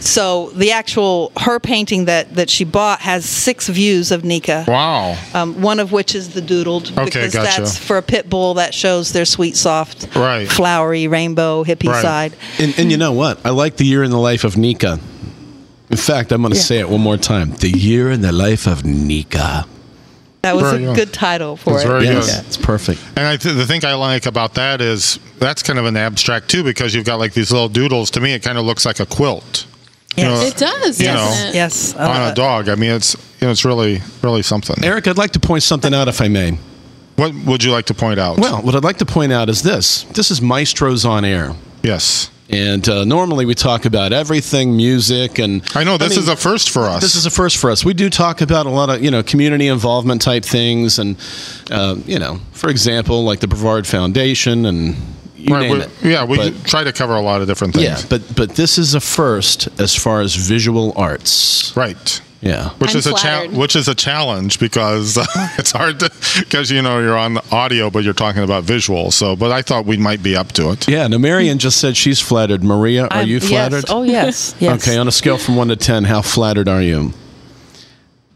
[SPEAKER 5] So the actual her painting that that she bought has six views of Nika.
[SPEAKER 3] Wow.
[SPEAKER 5] Um, one of which is the doodled
[SPEAKER 3] Okay,
[SPEAKER 5] because
[SPEAKER 3] gotcha.
[SPEAKER 5] that's for a pit bull that shows their sweet, soft,
[SPEAKER 3] Right.
[SPEAKER 5] flowery, rainbow hippie
[SPEAKER 3] Right.
[SPEAKER 5] side.
[SPEAKER 2] and, and you know what? I like the year in the life of Nika. In fact, I'm going to
[SPEAKER 5] Yeah.
[SPEAKER 2] say it one more time. The year in the life of Nika.
[SPEAKER 5] That was
[SPEAKER 3] Very
[SPEAKER 5] a
[SPEAKER 3] good.
[SPEAKER 5] good title for
[SPEAKER 3] That's
[SPEAKER 5] it.
[SPEAKER 3] very
[SPEAKER 2] Yes,
[SPEAKER 3] good.
[SPEAKER 2] it's perfect.
[SPEAKER 3] And I th- the thing I like about that is that's kind of an abstract too because you've got like these little doodles. To me, it kind of looks like a quilt. You
[SPEAKER 5] Yes.
[SPEAKER 3] know,
[SPEAKER 4] It does,
[SPEAKER 3] Uh, You
[SPEAKER 4] doesn't
[SPEAKER 3] know,
[SPEAKER 4] it?
[SPEAKER 5] Yes, Uh, I love
[SPEAKER 3] on a
[SPEAKER 5] it.
[SPEAKER 3] dog. I mean, it's you know, it's really really something.
[SPEAKER 2] Eric, I'd like to point something out if I may.
[SPEAKER 3] What would you like to point out?
[SPEAKER 2] Well, what I'd like to point out is this this is Maestro's on air.
[SPEAKER 3] yes,
[SPEAKER 2] And uh, normally we talk about everything, music, and
[SPEAKER 3] I know this
[SPEAKER 2] mean,
[SPEAKER 3] is a first for us.
[SPEAKER 2] This is a first for us. We do talk about a lot of you know community involvement type things, and uh, you know, for example, like the Brevard Foundation and you name
[SPEAKER 3] we-
[SPEAKER 2] it.
[SPEAKER 3] Yeah, we
[SPEAKER 2] But-
[SPEAKER 3] try to cover a lot of different things.
[SPEAKER 2] yeah, but but this is a first as far as visual arts.
[SPEAKER 3] right.
[SPEAKER 2] Yeah.
[SPEAKER 3] Which
[SPEAKER 4] I'm
[SPEAKER 3] is a cha-
[SPEAKER 4] flattered.
[SPEAKER 3] which is a challenge because it's hard to because you know you're on the audio but you're talking about visual. So, but I thought we might be up to it.
[SPEAKER 2] Yeah, now Marion just said she's flattered. Maria, are
[SPEAKER 5] I'm-
[SPEAKER 2] you
[SPEAKER 5] yes.
[SPEAKER 2] flattered?
[SPEAKER 5] Oh yes. Yes.
[SPEAKER 2] Okay, on a scale from 1 to 10, how flattered are you?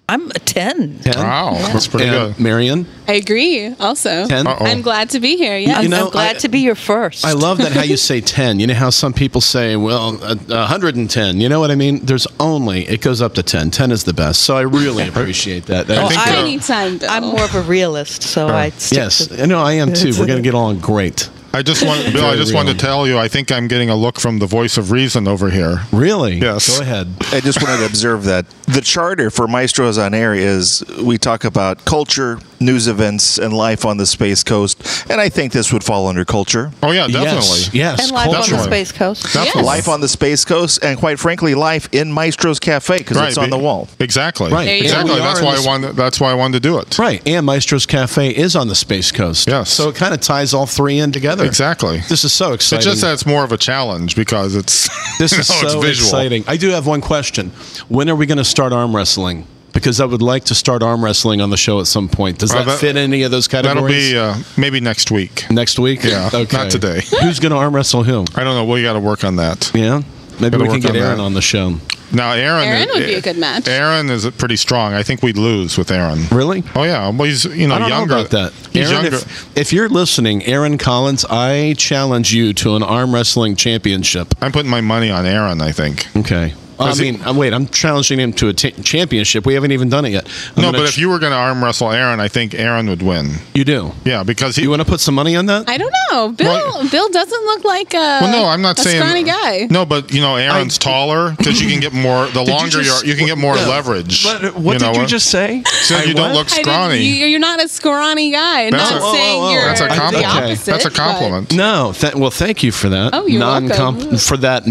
[SPEAKER 5] I'm a ten.
[SPEAKER 2] 10?
[SPEAKER 3] Wow, that's pretty
[SPEAKER 2] And
[SPEAKER 3] good.
[SPEAKER 2] Marion,
[SPEAKER 4] I agree. Also,
[SPEAKER 2] 10?
[SPEAKER 3] Uh-oh.
[SPEAKER 4] I'm glad to be here.
[SPEAKER 2] You
[SPEAKER 4] Yeah.
[SPEAKER 2] know,
[SPEAKER 5] I'm glad
[SPEAKER 2] I-
[SPEAKER 5] to be your first.
[SPEAKER 2] I love that how you say 10. You know how some people say, well, uh, 110. You know what I mean? There's only, it goes up to 10. 10 is the best. So I really appreciate that. That-
[SPEAKER 3] I think
[SPEAKER 5] I-
[SPEAKER 3] the-
[SPEAKER 4] Anytime, Bill.
[SPEAKER 5] I'm more of a realist, so Oh, I stick
[SPEAKER 2] yes,
[SPEAKER 5] to-
[SPEAKER 2] I know I am too. We're going to get along great.
[SPEAKER 3] I just want Bill. I
[SPEAKER 2] Very
[SPEAKER 3] just wanted
[SPEAKER 2] real.
[SPEAKER 3] to tell you. I think I'm getting a look from the voice of reason over here.
[SPEAKER 2] Really?
[SPEAKER 3] Yes.
[SPEAKER 2] Go ahead.
[SPEAKER 1] I just wanted to observe that the charter for Maestros on Air is we talk about culture, news events, and life on the Space Coast. And I think this would fall under culture.
[SPEAKER 3] Oh
[SPEAKER 2] Uh,
[SPEAKER 3] yeah, definitely.
[SPEAKER 2] Yes. yes
[SPEAKER 5] and live on
[SPEAKER 2] culture.
[SPEAKER 5] the
[SPEAKER 3] Definitely.
[SPEAKER 5] space coast.
[SPEAKER 3] Definitely.
[SPEAKER 4] Yes.
[SPEAKER 1] Life on the Space Coast, and quite frankly, life in Maestro's Cafe because it's on
[SPEAKER 3] be-
[SPEAKER 1] the wall.
[SPEAKER 3] Exactly.
[SPEAKER 2] Right. There you go.
[SPEAKER 3] Exactly.
[SPEAKER 2] We are
[SPEAKER 3] That's
[SPEAKER 2] in
[SPEAKER 3] why
[SPEAKER 2] this-
[SPEAKER 3] I wanted. That's why I wanted to do it.
[SPEAKER 2] Right. And Maestro's Cafe is on the Space Coast.
[SPEAKER 3] Yes.
[SPEAKER 2] So it kind of ties all three in together.
[SPEAKER 3] Exactly.
[SPEAKER 2] This is so exciting.
[SPEAKER 3] It's just that it's more of a challenge because it's
[SPEAKER 2] This is
[SPEAKER 3] you know,
[SPEAKER 2] so
[SPEAKER 3] it's visual.
[SPEAKER 2] exciting. I do have one question. When are we going to start arm wrestling? Because I would like to start arm wrestling on the show at some point. Does
[SPEAKER 3] Uh,
[SPEAKER 2] that,
[SPEAKER 3] that-
[SPEAKER 2] fit any of those
[SPEAKER 3] That'll
[SPEAKER 2] categories?
[SPEAKER 3] be uh, maybe next week.
[SPEAKER 2] next week.
[SPEAKER 3] Yeah, not today.
[SPEAKER 2] Who's going to arm wrestle who?
[SPEAKER 3] I don't know. We got to work on that.
[SPEAKER 2] Yeah, maybe
[SPEAKER 3] Gotta
[SPEAKER 2] we can
[SPEAKER 3] work
[SPEAKER 2] get
[SPEAKER 3] on
[SPEAKER 2] Aaron
[SPEAKER 3] that.
[SPEAKER 2] on the show.
[SPEAKER 3] Now Aaron.
[SPEAKER 4] Aaron would be a good match.
[SPEAKER 3] Aaron is pretty strong. I think we'd lose with Aaron.
[SPEAKER 2] Really?
[SPEAKER 3] Oh yeah. Well, he's you know
[SPEAKER 2] I don't
[SPEAKER 3] younger.
[SPEAKER 2] know about that.
[SPEAKER 3] He's
[SPEAKER 2] Aaron,
[SPEAKER 3] younger.
[SPEAKER 2] If, if you're listening, Aaron Collins, I challenge you to an arm wrestling championship.
[SPEAKER 3] I'm putting my money on Aaron. I think.
[SPEAKER 2] Okay. I
[SPEAKER 3] Is he-
[SPEAKER 2] mean, uh, wait, I'm challenging him to a t- championship. We haven't even done it yet. I'm
[SPEAKER 3] no,
[SPEAKER 2] gonna
[SPEAKER 3] but
[SPEAKER 2] ch-
[SPEAKER 3] if you were going to arm wrestle Aaron, I think Aaron would win.
[SPEAKER 2] you do,
[SPEAKER 3] Yeah, because he.
[SPEAKER 2] you want to put some money on that?
[SPEAKER 4] I don't know. Bill
[SPEAKER 3] Well-
[SPEAKER 4] Bill doesn't look like a
[SPEAKER 3] well, no, I'm not
[SPEAKER 4] Uh, a
[SPEAKER 3] saying
[SPEAKER 4] scrawny guy.
[SPEAKER 3] No, but you know, Aaron's taller because you can get more. The longer you,
[SPEAKER 2] just-
[SPEAKER 3] are, you can get more
[SPEAKER 2] Yeah.
[SPEAKER 3] leverage.
[SPEAKER 2] But uh, what
[SPEAKER 3] you
[SPEAKER 2] did
[SPEAKER 3] know, uh,
[SPEAKER 2] you just say?
[SPEAKER 3] So
[SPEAKER 2] I
[SPEAKER 3] you don't
[SPEAKER 2] what?
[SPEAKER 3] look
[SPEAKER 4] I didn't-
[SPEAKER 3] scrawny.
[SPEAKER 4] you- You're not a scrawny guy.
[SPEAKER 3] That's
[SPEAKER 4] not
[SPEAKER 3] a-
[SPEAKER 2] whoa, whoa,
[SPEAKER 4] saying
[SPEAKER 2] whoa.
[SPEAKER 4] you're
[SPEAKER 3] That's a
[SPEAKER 4] the
[SPEAKER 3] compliment.
[SPEAKER 4] opposite,
[SPEAKER 3] That's a
[SPEAKER 4] but-
[SPEAKER 3] compliment.
[SPEAKER 2] No, th- well, thank you for that.
[SPEAKER 4] Oh, you're
[SPEAKER 2] Non-com-
[SPEAKER 4] welcome.
[SPEAKER 2] For that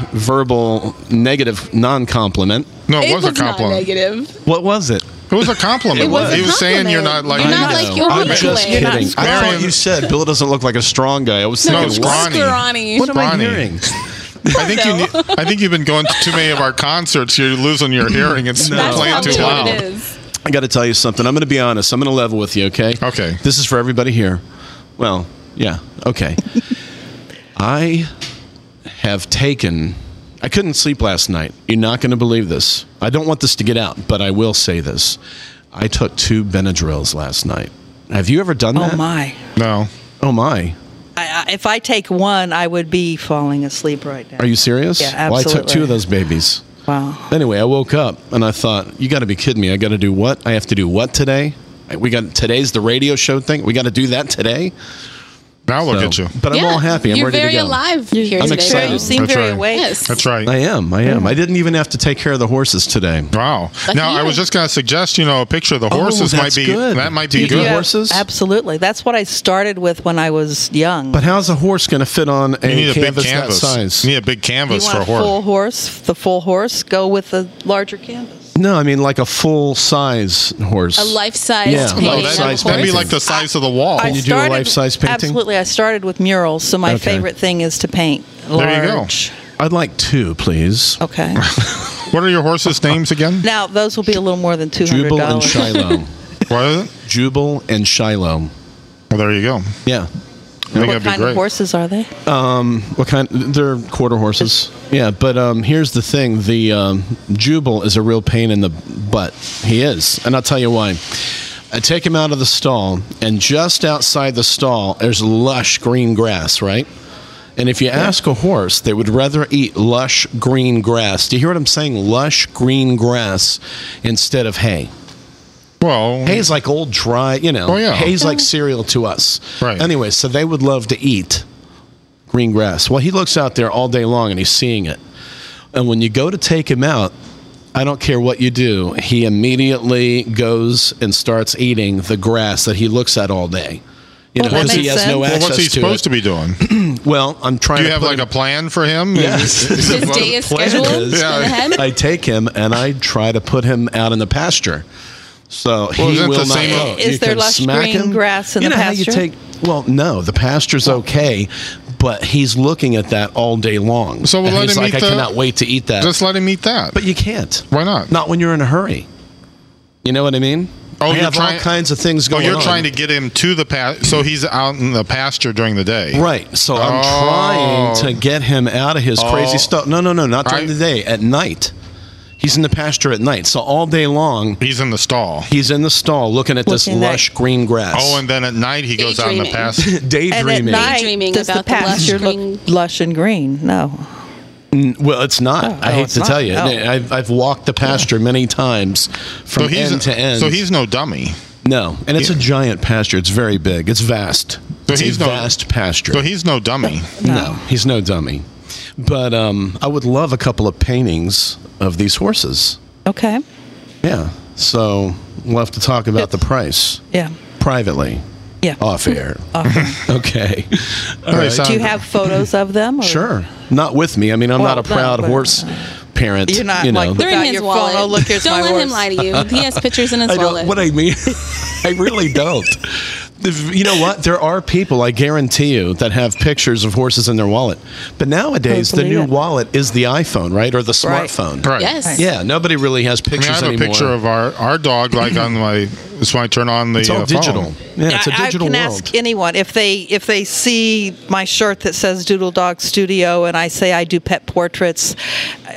[SPEAKER 2] non-verbal, negative, non-compliment.
[SPEAKER 3] No, it,
[SPEAKER 4] It
[SPEAKER 3] was, a compliment.
[SPEAKER 4] Not negative.
[SPEAKER 2] What was it?
[SPEAKER 3] It was a compliment.
[SPEAKER 4] It was a
[SPEAKER 3] he was saying
[SPEAKER 4] compliment.
[SPEAKER 3] you're not like
[SPEAKER 4] You're not
[SPEAKER 2] I
[SPEAKER 4] like
[SPEAKER 2] know.
[SPEAKER 4] your
[SPEAKER 2] I'm
[SPEAKER 4] weight
[SPEAKER 2] just
[SPEAKER 4] weight.
[SPEAKER 2] kidding. I thought
[SPEAKER 3] Marion-
[SPEAKER 2] you said Bill doesn't look like a strong guy. I was
[SPEAKER 4] No,
[SPEAKER 2] thinking,
[SPEAKER 3] it's
[SPEAKER 2] what?
[SPEAKER 3] scrawny.
[SPEAKER 4] Scrawny.
[SPEAKER 2] What am I
[SPEAKER 3] Scrawny.
[SPEAKER 2] hearing?
[SPEAKER 3] I think you need, I think you've been going to too many of our concerts. You're losing your hearing. It's
[SPEAKER 2] No.
[SPEAKER 4] That's
[SPEAKER 3] playing
[SPEAKER 4] probably
[SPEAKER 3] too
[SPEAKER 4] what
[SPEAKER 3] loud.
[SPEAKER 4] it is.
[SPEAKER 2] I got to tell you something. I'm going to be honest. I'm going to level with you, okay?
[SPEAKER 3] Okay.
[SPEAKER 2] This is for everybody here. Well, yeah, okay. I have taken. I couldn't sleep last night. You're not going to believe this. I don't want this to get out, but I will say this. I took two Benadryls last night. Have you ever done that?
[SPEAKER 5] Oh my!
[SPEAKER 3] No.
[SPEAKER 2] Oh my.
[SPEAKER 5] I, I, if I take one, I would be falling asleep right now.
[SPEAKER 2] Are you serious?
[SPEAKER 5] Yeah,
[SPEAKER 2] Well, I took
[SPEAKER 5] absolutely.
[SPEAKER 2] two of those babies.
[SPEAKER 5] Wow.
[SPEAKER 2] Anyway, I woke up and I thought, you got to be kidding me. I got to do what? I have to do what today? We got today's the radio show thing. We got to do that today.
[SPEAKER 3] Now look
[SPEAKER 2] So-
[SPEAKER 3] at you.
[SPEAKER 2] But I'm
[SPEAKER 4] yeah.
[SPEAKER 2] all happy. I'm
[SPEAKER 4] you're
[SPEAKER 2] ready
[SPEAKER 4] very
[SPEAKER 2] to go.
[SPEAKER 4] alive here
[SPEAKER 2] I'm
[SPEAKER 4] today.
[SPEAKER 2] excited.
[SPEAKER 5] You seem
[SPEAKER 3] That's
[SPEAKER 5] very
[SPEAKER 3] right.
[SPEAKER 5] awake.
[SPEAKER 4] Yes.
[SPEAKER 3] That's right.
[SPEAKER 2] I am. I am. I didn't even have to take care of the horses today.
[SPEAKER 3] Wow. Now I was
[SPEAKER 4] you.
[SPEAKER 3] just going to suggest, you know, a picture of the horses might
[SPEAKER 2] Oh, that's
[SPEAKER 3] be
[SPEAKER 2] good.
[SPEAKER 3] that might
[SPEAKER 2] Do
[SPEAKER 3] be
[SPEAKER 2] you do
[SPEAKER 3] good.
[SPEAKER 2] that? Horses?
[SPEAKER 5] Absolutely. That's what I started with when I was young.
[SPEAKER 2] But how's a horse going to fit on a,
[SPEAKER 3] You need a big
[SPEAKER 2] canvas,
[SPEAKER 3] canvas.
[SPEAKER 2] that size?
[SPEAKER 3] You need a big
[SPEAKER 5] you
[SPEAKER 3] canvas
[SPEAKER 5] want
[SPEAKER 3] for a
[SPEAKER 5] a full
[SPEAKER 3] horse.
[SPEAKER 5] horse, the full horse, go with the larger canvas.
[SPEAKER 2] No, I mean like a full size horse.
[SPEAKER 4] A life-sized
[SPEAKER 2] Yeah.
[SPEAKER 4] painting
[SPEAKER 2] Well,
[SPEAKER 4] of
[SPEAKER 2] that's
[SPEAKER 4] a
[SPEAKER 2] nice.
[SPEAKER 3] That'd be
[SPEAKER 4] horse.
[SPEAKER 3] like the Oh, size of the wall.
[SPEAKER 5] I
[SPEAKER 2] you do a life-size painting?
[SPEAKER 5] Absolutely. I started with murals, so my
[SPEAKER 2] Okay.
[SPEAKER 5] favorite thing is to paint large.
[SPEAKER 3] There you go.
[SPEAKER 2] I'd like two, please.
[SPEAKER 5] Okay.
[SPEAKER 3] What are your horses' names again?
[SPEAKER 5] now those will be a little more than two hundred
[SPEAKER 2] Jubal and
[SPEAKER 5] dollars.
[SPEAKER 2] Shiloh.
[SPEAKER 3] What is it?
[SPEAKER 2] Jubal and Shiloh.
[SPEAKER 3] Well, there you go. I
[SPEAKER 2] Yeah.
[SPEAKER 3] think
[SPEAKER 5] What
[SPEAKER 3] that'd be
[SPEAKER 5] kind
[SPEAKER 3] great.
[SPEAKER 5] of horses are they?
[SPEAKER 2] What kind? They're quarter horses. Yeah, but um, here's the thing: the um, Jubal is a real pain in the butt. He is, and I'll tell you why. I take him out of the stall, and just outside the stall, there's lush green grass, right? And if you ask a horse, they would rather eat lush green grass. Do you hear what I'm saying? Lush green grass instead of hay.
[SPEAKER 3] Well,
[SPEAKER 2] Hay's like old dry, you know.
[SPEAKER 3] Oh, yeah.
[SPEAKER 2] Hay's like cereal to us.
[SPEAKER 3] Right.
[SPEAKER 2] Anyway, so they would love to eat green grass. Well, he looks out there all day long and he's seeing it. And when you go to take him out, I don't care what you do, he immediately goes and starts eating the grass that he looks at all day. You know,
[SPEAKER 5] Well, that
[SPEAKER 2] because he
[SPEAKER 5] makes
[SPEAKER 2] has no
[SPEAKER 5] sense.
[SPEAKER 3] well,
[SPEAKER 2] access
[SPEAKER 3] what's he
[SPEAKER 2] to
[SPEAKER 3] supposed
[SPEAKER 2] it.
[SPEAKER 3] to be doing?
[SPEAKER 2] Well, I'm trying
[SPEAKER 3] Do you
[SPEAKER 2] to
[SPEAKER 3] have
[SPEAKER 2] put
[SPEAKER 3] like
[SPEAKER 2] him-
[SPEAKER 3] a plan for him?
[SPEAKER 2] Yes.
[SPEAKER 4] His day is
[SPEAKER 2] Plan
[SPEAKER 4] scheduled
[SPEAKER 2] is-
[SPEAKER 4] in the head.
[SPEAKER 2] I take him and I try to put him out in the pasture. So
[SPEAKER 3] Well,
[SPEAKER 2] he
[SPEAKER 3] isn't it
[SPEAKER 2] will
[SPEAKER 3] the
[SPEAKER 2] not.
[SPEAKER 3] same-
[SPEAKER 2] go.
[SPEAKER 5] Is
[SPEAKER 2] You
[SPEAKER 5] there
[SPEAKER 2] can
[SPEAKER 5] lush
[SPEAKER 2] smack
[SPEAKER 5] green
[SPEAKER 2] him.
[SPEAKER 5] grass in
[SPEAKER 2] you
[SPEAKER 5] the
[SPEAKER 2] know
[SPEAKER 5] pasture? Oh.
[SPEAKER 2] How you take? Well, no, the pasture's okay, but he's looking at that all day long.
[SPEAKER 3] So we'll
[SPEAKER 2] and
[SPEAKER 3] let
[SPEAKER 2] he's
[SPEAKER 3] him
[SPEAKER 2] like,
[SPEAKER 3] eat
[SPEAKER 2] I
[SPEAKER 3] the-
[SPEAKER 2] cannot wait to eat that.
[SPEAKER 3] Just let him eat that.
[SPEAKER 2] but you can't.
[SPEAKER 3] Why not?
[SPEAKER 2] Not when you're in a hurry. You know what I mean?
[SPEAKER 3] Oh,
[SPEAKER 2] I
[SPEAKER 3] you're
[SPEAKER 2] have
[SPEAKER 3] trying-
[SPEAKER 2] all kinds of things
[SPEAKER 3] Oh,
[SPEAKER 2] going on.
[SPEAKER 3] you're trying to get him to the past, so he's out in the pasture during the day.
[SPEAKER 2] Right. So I'm
[SPEAKER 3] Oh.
[SPEAKER 2] trying to get him out of his
[SPEAKER 3] Oh.
[SPEAKER 2] crazy stuff. No, no, no, not during the
[SPEAKER 3] I-
[SPEAKER 2] day, at night. He's in the pasture at night. So all day long,
[SPEAKER 3] He's in the stall.
[SPEAKER 2] he's in the stall looking at this
[SPEAKER 5] Looking at-
[SPEAKER 2] lush green grass.
[SPEAKER 3] Oh, and then at night he goes out in the
[SPEAKER 4] Daydreaming.
[SPEAKER 3] pasture.
[SPEAKER 5] And at
[SPEAKER 2] daydreaming.
[SPEAKER 5] night,
[SPEAKER 4] Daydreaming
[SPEAKER 5] does the
[SPEAKER 4] about the lush
[SPEAKER 5] pasture
[SPEAKER 4] green-
[SPEAKER 5] look lush and green? No.
[SPEAKER 2] Well, it's not. I
[SPEAKER 5] oh,
[SPEAKER 2] hate
[SPEAKER 5] it's
[SPEAKER 2] to
[SPEAKER 5] not?
[SPEAKER 2] tell you.
[SPEAKER 5] Oh.
[SPEAKER 2] I've, I've walked the pasture many times from
[SPEAKER 3] So he's
[SPEAKER 2] end to end.
[SPEAKER 3] so he's no dummy.
[SPEAKER 2] no, and it's a giant pasture. It's very big. It's vast.
[SPEAKER 3] So
[SPEAKER 2] it's
[SPEAKER 3] he's
[SPEAKER 2] a
[SPEAKER 3] no-
[SPEAKER 2] vast pasture.
[SPEAKER 3] So he's no dummy.
[SPEAKER 2] No, he's no dummy. But um, I would love a couple of paintings of these horses.
[SPEAKER 5] Okay.
[SPEAKER 2] Yeah. So we'll have to talk about the price
[SPEAKER 5] Yeah.
[SPEAKER 2] privately,
[SPEAKER 5] Yeah.
[SPEAKER 2] off air.
[SPEAKER 5] Awesome.
[SPEAKER 2] Okay.
[SPEAKER 5] Oh.
[SPEAKER 2] All
[SPEAKER 3] They
[SPEAKER 2] right.
[SPEAKER 3] sound-
[SPEAKER 5] Do you have photos of them? Or?
[SPEAKER 2] uh, sure. Not with me. I mean, I'm
[SPEAKER 5] Well,
[SPEAKER 2] not a
[SPEAKER 5] no,
[SPEAKER 2] proud
[SPEAKER 5] but-
[SPEAKER 2] horse parent.
[SPEAKER 5] You're not
[SPEAKER 2] you
[SPEAKER 5] like
[SPEAKER 2] know.
[SPEAKER 5] the-
[SPEAKER 4] They're in
[SPEAKER 5] Without
[SPEAKER 4] his
[SPEAKER 5] your phone.
[SPEAKER 4] wallet.
[SPEAKER 5] Oh, look, here's
[SPEAKER 4] don't
[SPEAKER 5] my
[SPEAKER 4] let him
[SPEAKER 5] horse.
[SPEAKER 4] lie to you. He has pictures in his
[SPEAKER 2] I
[SPEAKER 4] wallet.
[SPEAKER 2] don't, what I mean, I really don't. If- You know what? There are people, I guarantee you, that have pictures of horses in their wallet. But nowadays, the
[SPEAKER 5] believe
[SPEAKER 2] new
[SPEAKER 5] it.
[SPEAKER 2] wallet is the iPhone, right? Or the
[SPEAKER 5] Oh, Right.
[SPEAKER 2] smartphone.
[SPEAKER 3] Right.
[SPEAKER 4] yes.
[SPEAKER 2] Yeah, nobody really has
[SPEAKER 3] I mean,
[SPEAKER 2] pictures
[SPEAKER 3] I have
[SPEAKER 2] anymore.
[SPEAKER 3] a picture of our, our dog like on my. That's why I turn on the
[SPEAKER 2] it's all
[SPEAKER 3] uh, phone.
[SPEAKER 2] digital. Yeah, it's a
[SPEAKER 5] I-
[SPEAKER 2] digital
[SPEAKER 5] I can
[SPEAKER 2] world.
[SPEAKER 5] ask anyone if they if they see my shirt that says Doodle Dog Studio and I say I do pet portraits.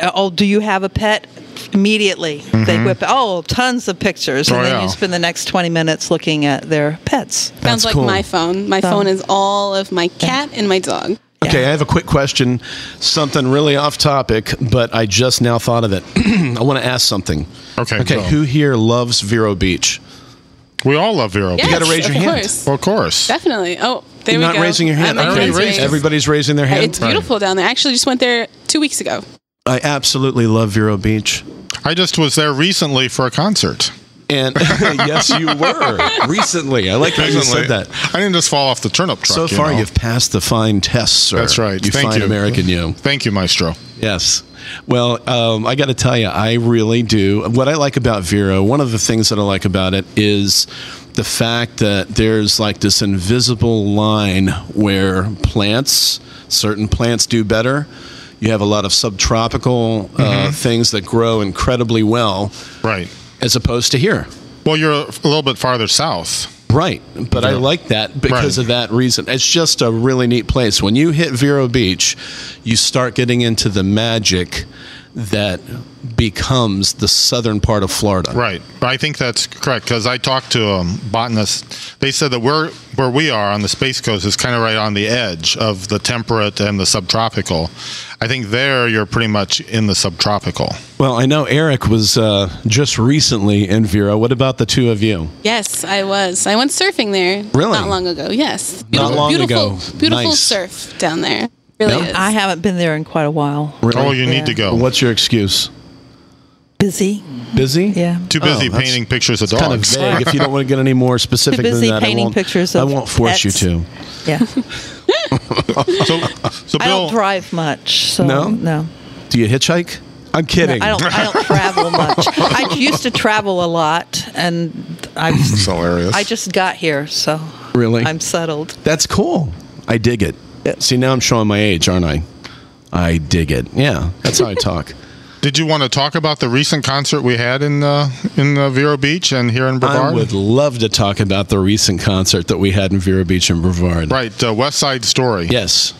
[SPEAKER 5] uh, Oh, do you have a pet? Immediately,
[SPEAKER 2] Mm-hmm.
[SPEAKER 5] they whip oh tons of pictures, and
[SPEAKER 3] Oh,
[SPEAKER 5] then
[SPEAKER 3] yeah.
[SPEAKER 5] you spend the next twenty minutes looking at their pets.
[SPEAKER 4] Sounds
[SPEAKER 2] That's
[SPEAKER 4] like
[SPEAKER 2] cool.
[SPEAKER 4] my phone. My phone is all of my cat and my dog.
[SPEAKER 2] Okay, I have a quick question. Something really off topic, but I just now thought of it. I want to ask something.
[SPEAKER 3] Okay,
[SPEAKER 2] Okay,
[SPEAKER 3] go.
[SPEAKER 2] who here loves Vero Beach?
[SPEAKER 3] We all love Vero.
[SPEAKER 4] Yes,
[SPEAKER 3] Beach.
[SPEAKER 2] gotta raise
[SPEAKER 4] of
[SPEAKER 2] your hand.
[SPEAKER 4] course.
[SPEAKER 3] Well, of course.
[SPEAKER 4] Definitely. Oh, there
[SPEAKER 2] You're
[SPEAKER 4] we
[SPEAKER 2] not
[SPEAKER 4] go.
[SPEAKER 2] raising your hand.
[SPEAKER 4] I'm
[SPEAKER 3] I already
[SPEAKER 4] raising
[SPEAKER 3] raised
[SPEAKER 4] it.
[SPEAKER 3] it.
[SPEAKER 2] Everybody's raising their hand.
[SPEAKER 4] It's beautiful down there. I actually just went there two weeks ago.
[SPEAKER 2] I absolutely love Vero Beach.
[SPEAKER 3] I just was there recently for a concert.
[SPEAKER 2] And yes, you were recently. I like how you
[SPEAKER 3] Recently.
[SPEAKER 2] said that.
[SPEAKER 3] I didn't just fall off the turnip truck.
[SPEAKER 2] So
[SPEAKER 3] you
[SPEAKER 2] far,
[SPEAKER 3] know.
[SPEAKER 2] you've passed the fine tests, sir.
[SPEAKER 3] That's right.
[SPEAKER 2] You
[SPEAKER 3] Thank
[SPEAKER 2] fine
[SPEAKER 3] you.
[SPEAKER 2] American, you.
[SPEAKER 3] Thank you, Maestro.
[SPEAKER 2] Yes. Well, um, I got to tell you, I really do. What I like about Vero, one of the things that I like about it is the fact that there's like this invisible line where plants, certain plants do better. You have a lot of subtropical uh, things that grow incredibly well,
[SPEAKER 3] Right.
[SPEAKER 2] as opposed to here.
[SPEAKER 3] Well, you're a little bit farther south.
[SPEAKER 2] Right. But I like that because
[SPEAKER 3] Right.
[SPEAKER 2] of that reason. It's just a really neat place. When you hit Vero Beach, you start getting into the magic that becomes the southern part of Florida.
[SPEAKER 3] Right. I think that's correct because I talked to um, botanists. They said that we're, where we are on the Space Coast is kind of right on the edge of the temperate and the subtropical. I think there you're pretty much in the subtropical.
[SPEAKER 2] Well, I know Eric was uh, just recently in Vero. What about the two of you?
[SPEAKER 4] Yes, I was. I went surfing there.
[SPEAKER 2] Really?
[SPEAKER 4] Not long ago. Yes. Beautiful,
[SPEAKER 2] long
[SPEAKER 4] beautiful,
[SPEAKER 2] ago.
[SPEAKER 4] Beautiful
[SPEAKER 2] Nice.
[SPEAKER 4] surf down there. Really
[SPEAKER 2] Yeah.
[SPEAKER 4] is.
[SPEAKER 5] I haven't been there in quite a while.
[SPEAKER 2] Really?
[SPEAKER 3] Oh, you need
[SPEAKER 5] Yeah.
[SPEAKER 3] to go.
[SPEAKER 2] What's your excuse?
[SPEAKER 5] Busy,
[SPEAKER 2] Busy?
[SPEAKER 5] yeah.
[SPEAKER 3] Too busy
[SPEAKER 2] Oh, that's
[SPEAKER 3] painting pictures of dogs.
[SPEAKER 2] Kind of vague. if you don't want to get any more specific
[SPEAKER 5] Too busy
[SPEAKER 2] than that, I
[SPEAKER 5] painting
[SPEAKER 2] won't,
[SPEAKER 5] pictures
[SPEAKER 2] I
[SPEAKER 5] of
[SPEAKER 2] won't force
[SPEAKER 5] pets.
[SPEAKER 2] you to.
[SPEAKER 5] Yeah,
[SPEAKER 3] So, so
[SPEAKER 5] I don't
[SPEAKER 3] Bill,
[SPEAKER 5] drive much, so
[SPEAKER 2] No?
[SPEAKER 5] no.
[SPEAKER 2] Do you hitchhike? I'm
[SPEAKER 5] No,
[SPEAKER 2] kidding.
[SPEAKER 5] I don't. I don't travel much. I used to travel a lot, and I've
[SPEAKER 3] hilarious.
[SPEAKER 5] I just got here, so
[SPEAKER 2] Really?
[SPEAKER 5] I'm settled.
[SPEAKER 2] That's cool. I dig it. See, now I'm showing my age, aren't I? I dig it. Yeah, that's how I talk.
[SPEAKER 3] did you want to talk about the recent concert we had in uh, in uh, Vero Beach and here in
[SPEAKER 2] I
[SPEAKER 3] Brevard?
[SPEAKER 2] would love to talk about the recent concert that we had in Vero Beach in Brevard.
[SPEAKER 3] right, uh, West Side Story.
[SPEAKER 2] Yes.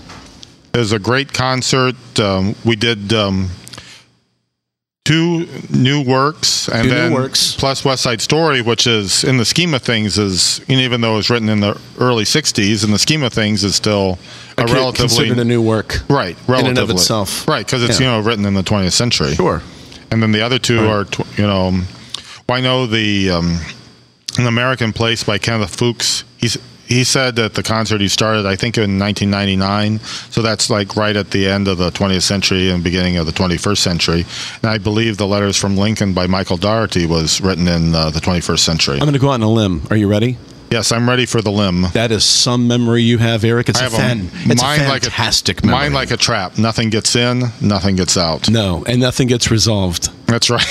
[SPEAKER 3] It was a great concert. Um, we did um, two new works, and
[SPEAKER 2] Two new
[SPEAKER 3] then
[SPEAKER 2] works.
[SPEAKER 3] plus West Side Story, which is in the scheme of things is and even though it was written in the early '60s, in the scheme of things is still a
[SPEAKER 2] Con-
[SPEAKER 3] relatively
[SPEAKER 2] Considered a new work.
[SPEAKER 3] right,
[SPEAKER 2] in
[SPEAKER 3] relatively
[SPEAKER 2] and of itself.
[SPEAKER 3] right because it's
[SPEAKER 2] Yeah.
[SPEAKER 3] you know written in the 20th century.
[SPEAKER 2] Sure.
[SPEAKER 3] and then the other two are tw- you know um, well, i know the um, an american place by kenneth fuchs he's he said that the concert he started, I think, in 1999. So that's like right at the end of the 20th century and beginning of the 21st century. And I believe the letters from Lincoln by Michael Dougherty was written in uh, the 21st century.
[SPEAKER 2] I'm going to go out on a limb. Are you ready?
[SPEAKER 3] yes, I'm ready for the limb.
[SPEAKER 2] That is some memory you have, Eric. It's
[SPEAKER 3] I
[SPEAKER 2] a
[SPEAKER 3] have
[SPEAKER 2] fan.
[SPEAKER 3] a
[SPEAKER 2] it's a
[SPEAKER 3] mind like
[SPEAKER 2] fantastic
[SPEAKER 3] a
[SPEAKER 2] memory.
[SPEAKER 3] mind like a trap. Nothing gets in, nothing gets out.
[SPEAKER 2] no, and nothing gets resolved.
[SPEAKER 3] That's right.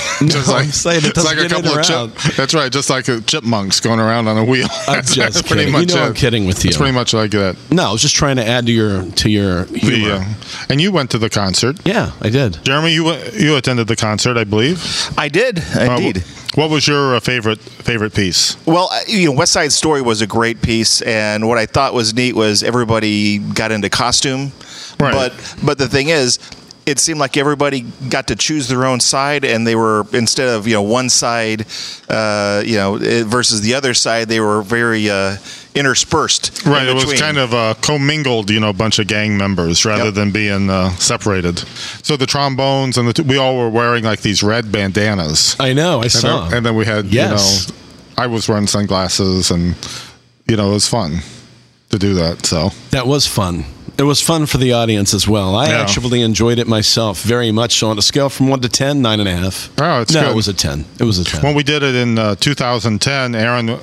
[SPEAKER 3] just
[SPEAKER 2] No, I'm saying it
[SPEAKER 3] it's like a
[SPEAKER 2] doesn't get
[SPEAKER 3] couple
[SPEAKER 2] it
[SPEAKER 3] of
[SPEAKER 2] around.
[SPEAKER 3] chip, That's right. Just like a chipmunks going around on a wheel.
[SPEAKER 2] I'm
[SPEAKER 3] That's
[SPEAKER 2] just kidding. You know I'm kidding with
[SPEAKER 3] It's
[SPEAKER 2] you.
[SPEAKER 3] pretty much like that.
[SPEAKER 2] No, I was just trying to add to your to your humor.
[SPEAKER 3] The, uh, and you went to the concert.
[SPEAKER 2] yeah, I did.
[SPEAKER 3] Jeremy, you went- you attended the concert, I believe.
[SPEAKER 1] I did
[SPEAKER 3] Uh,
[SPEAKER 1] indeed.
[SPEAKER 3] what was your uh, favorite favorite piece?
[SPEAKER 1] Well, I- you know, West Side Story was a great piece, and what I thought was neat was everybody got into costume.
[SPEAKER 3] Right.
[SPEAKER 1] But but the thing is, it seemed like everybody got to choose their own side, and they were instead of you know one side, uh, you know, eh, versus the other side, they were very uh, interspersed. in
[SPEAKER 3] Right, it was
[SPEAKER 1] between.
[SPEAKER 3] kind of uh, commingled, you know, a bunch of gang members rather
[SPEAKER 1] Yep.
[SPEAKER 3] than being uh, separated. So the trombones and the t- we all were wearing like these red bandanas.
[SPEAKER 2] I know. I
[SPEAKER 3] and,
[SPEAKER 2] saw.
[SPEAKER 3] then, and then we had,
[SPEAKER 2] Yes.
[SPEAKER 3] you know, I was wearing sunglasses and, you know, it was fun to do that. So,
[SPEAKER 2] That was fun. It was fun for the audience as well. I
[SPEAKER 3] Yeah.
[SPEAKER 2] actually enjoyed it myself very much. So on a scale from one to ten, nine and a half.
[SPEAKER 3] Oh, it's
[SPEAKER 2] no,
[SPEAKER 3] good.
[SPEAKER 2] it was a ten. It was a ten.
[SPEAKER 3] when we did it in uh, 2010, Aaron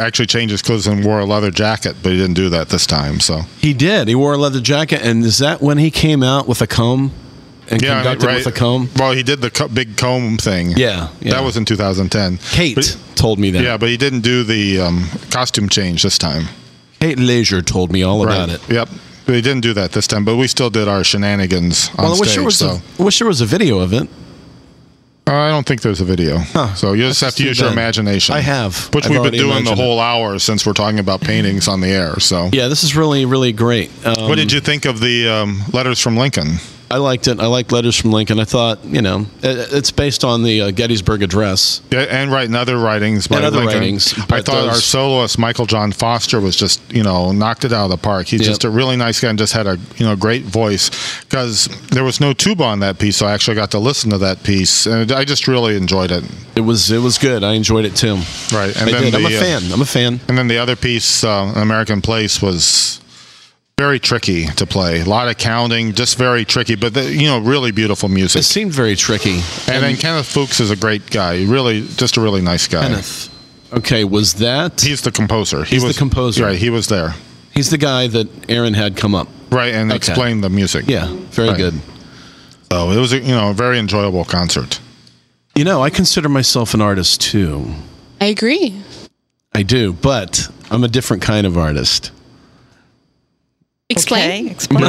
[SPEAKER 3] actually changed his clothes and wore a leather jacket, but he didn't do that this time. So,
[SPEAKER 2] he did. He wore a leather jacket, and is that when he came out with a comb and
[SPEAKER 3] yeah,
[SPEAKER 2] conducted
[SPEAKER 3] right.
[SPEAKER 2] with a comb?
[SPEAKER 3] Well, he did the co- big comb thing.
[SPEAKER 2] Yeah, yeah.
[SPEAKER 3] That was in 2010.
[SPEAKER 2] Kate
[SPEAKER 3] But-
[SPEAKER 2] told me that.
[SPEAKER 3] Yeah, but he didn't do the um, costume change this time.
[SPEAKER 2] Kate Leisure told me all about it.
[SPEAKER 3] Yep. But he didn't do that this time, but we still did our shenanigans on
[SPEAKER 2] Well, I wish
[SPEAKER 3] stage.
[SPEAKER 2] there was
[SPEAKER 3] so
[SPEAKER 2] a, I wish there was a video of it.
[SPEAKER 3] Uh, I don't think there's a video. So you just have
[SPEAKER 2] That's
[SPEAKER 3] to
[SPEAKER 2] too
[SPEAKER 3] use your
[SPEAKER 2] bad.
[SPEAKER 3] imagination.
[SPEAKER 2] I have.
[SPEAKER 3] Which
[SPEAKER 2] I've
[SPEAKER 3] we've been
[SPEAKER 2] already
[SPEAKER 3] doing the
[SPEAKER 2] imagined it.
[SPEAKER 3] whole hour since we're talking about paintings on the air. So
[SPEAKER 2] Yeah, this is really really great. Um,
[SPEAKER 3] what did you think of the um, letters from Lincoln?
[SPEAKER 2] I liked it. I liked Letters from Lincoln. I thought, you know, it, it's based on the uh, Gettysburg Address.
[SPEAKER 3] Yeah, and right, and other writings by
[SPEAKER 2] And other
[SPEAKER 3] Lincoln.
[SPEAKER 2] writings,
[SPEAKER 3] I
[SPEAKER 2] but
[SPEAKER 3] thought our
[SPEAKER 2] those-
[SPEAKER 3] soloist Michael John Foster was just you know knocked it out of the park. He's
[SPEAKER 2] Yep.
[SPEAKER 3] just a really nice guy and just had a you know great voice because there was no tuba on that piece, so I actually got to listen to that piece, and I just really enjoyed it.
[SPEAKER 2] It was it was good. I enjoyed it too.
[SPEAKER 3] Right, and
[SPEAKER 2] I
[SPEAKER 3] then
[SPEAKER 2] did. I'm a
[SPEAKER 3] the, uh,
[SPEAKER 2] fan. I'm a fan.
[SPEAKER 3] And then the other piece, uh, American Place, was very tricky to play. A lot of counting, just very tricky, but the, you know, really beautiful music.
[SPEAKER 2] It seemed very tricky.
[SPEAKER 3] and then Kenneth Fuchs is a great guy. Really, just a really nice guy.
[SPEAKER 2] Kenneth. Okay, was that
[SPEAKER 3] He's the composer. He
[SPEAKER 2] He's the composer.
[SPEAKER 3] Right, he was there.
[SPEAKER 2] he's the guy that Aaron had come up?
[SPEAKER 3] Right, and
[SPEAKER 2] Okay.
[SPEAKER 3] explained the music.
[SPEAKER 2] Yeah, very
[SPEAKER 3] Right.
[SPEAKER 2] good.
[SPEAKER 3] So it was, a, you know, a very enjoyable concert.
[SPEAKER 2] You know, I consider myself an artist too.
[SPEAKER 4] I agree.
[SPEAKER 2] I do, but I'm a different kind of artist.
[SPEAKER 4] Explain.
[SPEAKER 5] Okay, explain.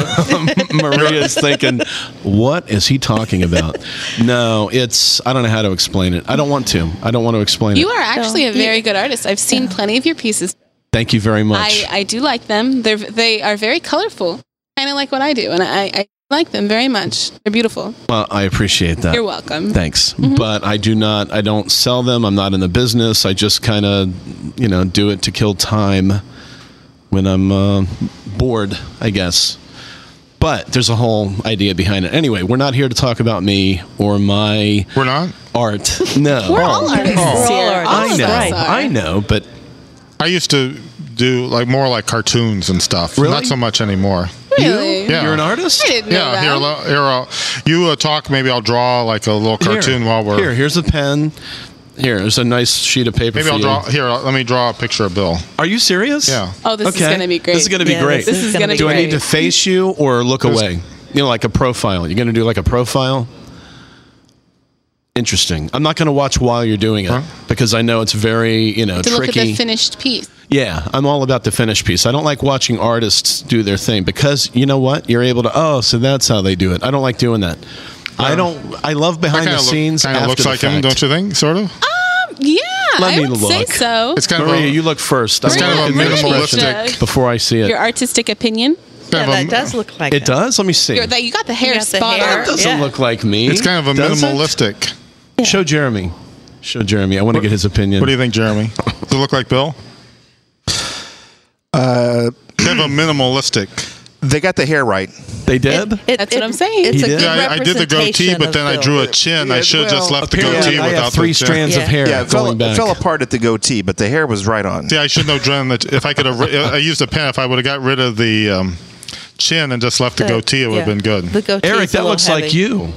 [SPEAKER 2] Maria's thinking, what is he talking about? No, it's I don't know how to explain it. I don't want to. I don't want to explain
[SPEAKER 4] You
[SPEAKER 2] it.
[SPEAKER 4] are actually a
[SPEAKER 5] Yeah.
[SPEAKER 4] very good artist. I've seen plenty of your pieces.
[SPEAKER 2] Thank you very much.
[SPEAKER 4] I, I do like them. They're they are very colorful, kind of like what I do, and I, I like them very much. They're beautiful.
[SPEAKER 2] well, Uh, I appreciate that.
[SPEAKER 4] You're welcome.
[SPEAKER 2] Thanks. But I do not, I don't sell them. I'm not in the business. I just kind of, you know, do it to kill time when I'm uh, bored, I guess. But there's a whole idea behind it. Anyway, we're not here to talk about me or my
[SPEAKER 3] We're not.
[SPEAKER 2] art. No.
[SPEAKER 4] We're all artists
[SPEAKER 5] We're all
[SPEAKER 4] here.
[SPEAKER 2] Oh.
[SPEAKER 4] Oh, All
[SPEAKER 5] artists.
[SPEAKER 2] I
[SPEAKER 4] of
[SPEAKER 2] know.
[SPEAKER 4] us
[SPEAKER 5] Right.
[SPEAKER 4] are.
[SPEAKER 2] I know, but
[SPEAKER 3] I used to do like more like cartoons and stuff.
[SPEAKER 2] Really?
[SPEAKER 3] Not so much anymore.
[SPEAKER 4] Really?
[SPEAKER 3] Yeah.
[SPEAKER 2] you're an artist?
[SPEAKER 4] I didn't know
[SPEAKER 3] Yeah,
[SPEAKER 4] that.
[SPEAKER 3] here, lo- here, uh, you uh, talk. Maybe I'll draw like a little
[SPEAKER 2] Here.
[SPEAKER 3] cartoon while we're.
[SPEAKER 2] Here, here's a pen. Here, there's a nice sheet of paper.
[SPEAKER 3] Maybe
[SPEAKER 2] for
[SPEAKER 3] I'll
[SPEAKER 2] you.
[SPEAKER 3] draw. Here, uh, let me draw a picture of Bill.
[SPEAKER 2] Are you serious?
[SPEAKER 3] Yeah.
[SPEAKER 4] Oh, this is
[SPEAKER 2] Okay.
[SPEAKER 4] gonna be great.
[SPEAKER 2] This is going to be
[SPEAKER 5] Yeah, this
[SPEAKER 2] great.
[SPEAKER 4] This is gonna be
[SPEAKER 2] Do I
[SPEAKER 4] great.
[SPEAKER 2] need to face you or look away? You know, like a profile. You're going to do like a profile. Interesting. I'm not going to watch while you're doing it because I know it's very, you know,
[SPEAKER 4] to look at
[SPEAKER 2] tricky.
[SPEAKER 4] the finished piece.
[SPEAKER 2] yeah, I'm all about the finished piece. I don't like watching artists do their thing because you know what? You're able to. Oh, so that's how they do it. I don't like doing that. I don't. I love behind the
[SPEAKER 3] kinda look-
[SPEAKER 2] scenes.
[SPEAKER 3] kinda
[SPEAKER 2] after
[SPEAKER 3] looks
[SPEAKER 2] the
[SPEAKER 3] like him,
[SPEAKER 2] fact.
[SPEAKER 3] don't you think? Sort of.
[SPEAKER 5] Oh,
[SPEAKER 4] Yeah,
[SPEAKER 2] Let
[SPEAKER 4] I
[SPEAKER 2] me
[SPEAKER 4] would say
[SPEAKER 2] look.
[SPEAKER 4] so.
[SPEAKER 3] It's kind
[SPEAKER 2] Maria,
[SPEAKER 3] of. A,
[SPEAKER 2] you look first.
[SPEAKER 3] It's
[SPEAKER 2] I
[SPEAKER 3] kind of
[SPEAKER 2] want
[SPEAKER 3] a
[SPEAKER 2] the first
[SPEAKER 4] minimalist,
[SPEAKER 2] impression
[SPEAKER 4] uh,
[SPEAKER 2] before I see it.
[SPEAKER 4] Your artistic opinion.
[SPEAKER 5] yeah,
[SPEAKER 3] kind of a-
[SPEAKER 5] that does look like
[SPEAKER 2] it does. Let me see.
[SPEAKER 4] Your- that you got the hair
[SPEAKER 5] You got the
[SPEAKER 4] spot
[SPEAKER 5] hair.
[SPEAKER 4] on.
[SPEAKER 5] That
[SPEAKER 2] doesn't
[SPEAKER 5] Yeah.
[SPEAKER 2] look like me.
[SPEAKER 3] It's kind of a
[SPEAKER 2] does it?
[SPEAKER 3] minimalistic.
[SPEAKER 2] Show Jeremy. Show Jeremy. I want to get his opinion.
[SPEAKER 3] What do you think, Jeremy? Does it look like Bill? Uh, kind of a minimalistic.
[SPEAKER 1] They got the hair right.
[SPEAKER 2] they did?
[SPEAKER 5] It-
[SPEAKER 4] That's what I'm saying.
[SPEAKER 5] It's
[SPEAKER 2] He
[SPEAKER 5] a
[SPEAKER 2] did.
[SPEAKER 5] good
[SPEAKER 3] Yeah, I, I did the goatee,
[SPEAKER 5] representation
[SPEAKER 3] but
[SPEAKER 5] of
[SPEAKER 3] then I
[SPEAKER 5] Bill.
[SPEAKER 3] drew a chin. I
[SPEAKER 1] Yeah,
[SPEAKER 3] should have just
[SPEAKER 1] well,
[SPEAKER 3] left the
[SPEAKER 1] apparently
[SPEAKER 3] goatee
[SPEAKER 2] I
[SPEAKER 3] without
[SPEAKER 2] have three
[SPEAKER 3] the chin.
[SPEAKER 2] strands of
[SPEAKER 5] Yeah.
[SPEAKER 2] hair
[SPEAKER 1] Yeah, it fell,
[SPEAKER 2] going back.
[SPEAKER 1] it fell apart at the goatee, but the hair was right on.
[SPEAKER 3] Yeah, I should have drawn the. If I could have, ri- I used a pen. If I would have got rid of the um, chin and just left the, goatee, it would have
[SPEAKER 5] yeah.
[SPEAKER 3] been good.
[SPEAKER 5] The goatee.
[SPEAKER 2] Eric, that looks like you.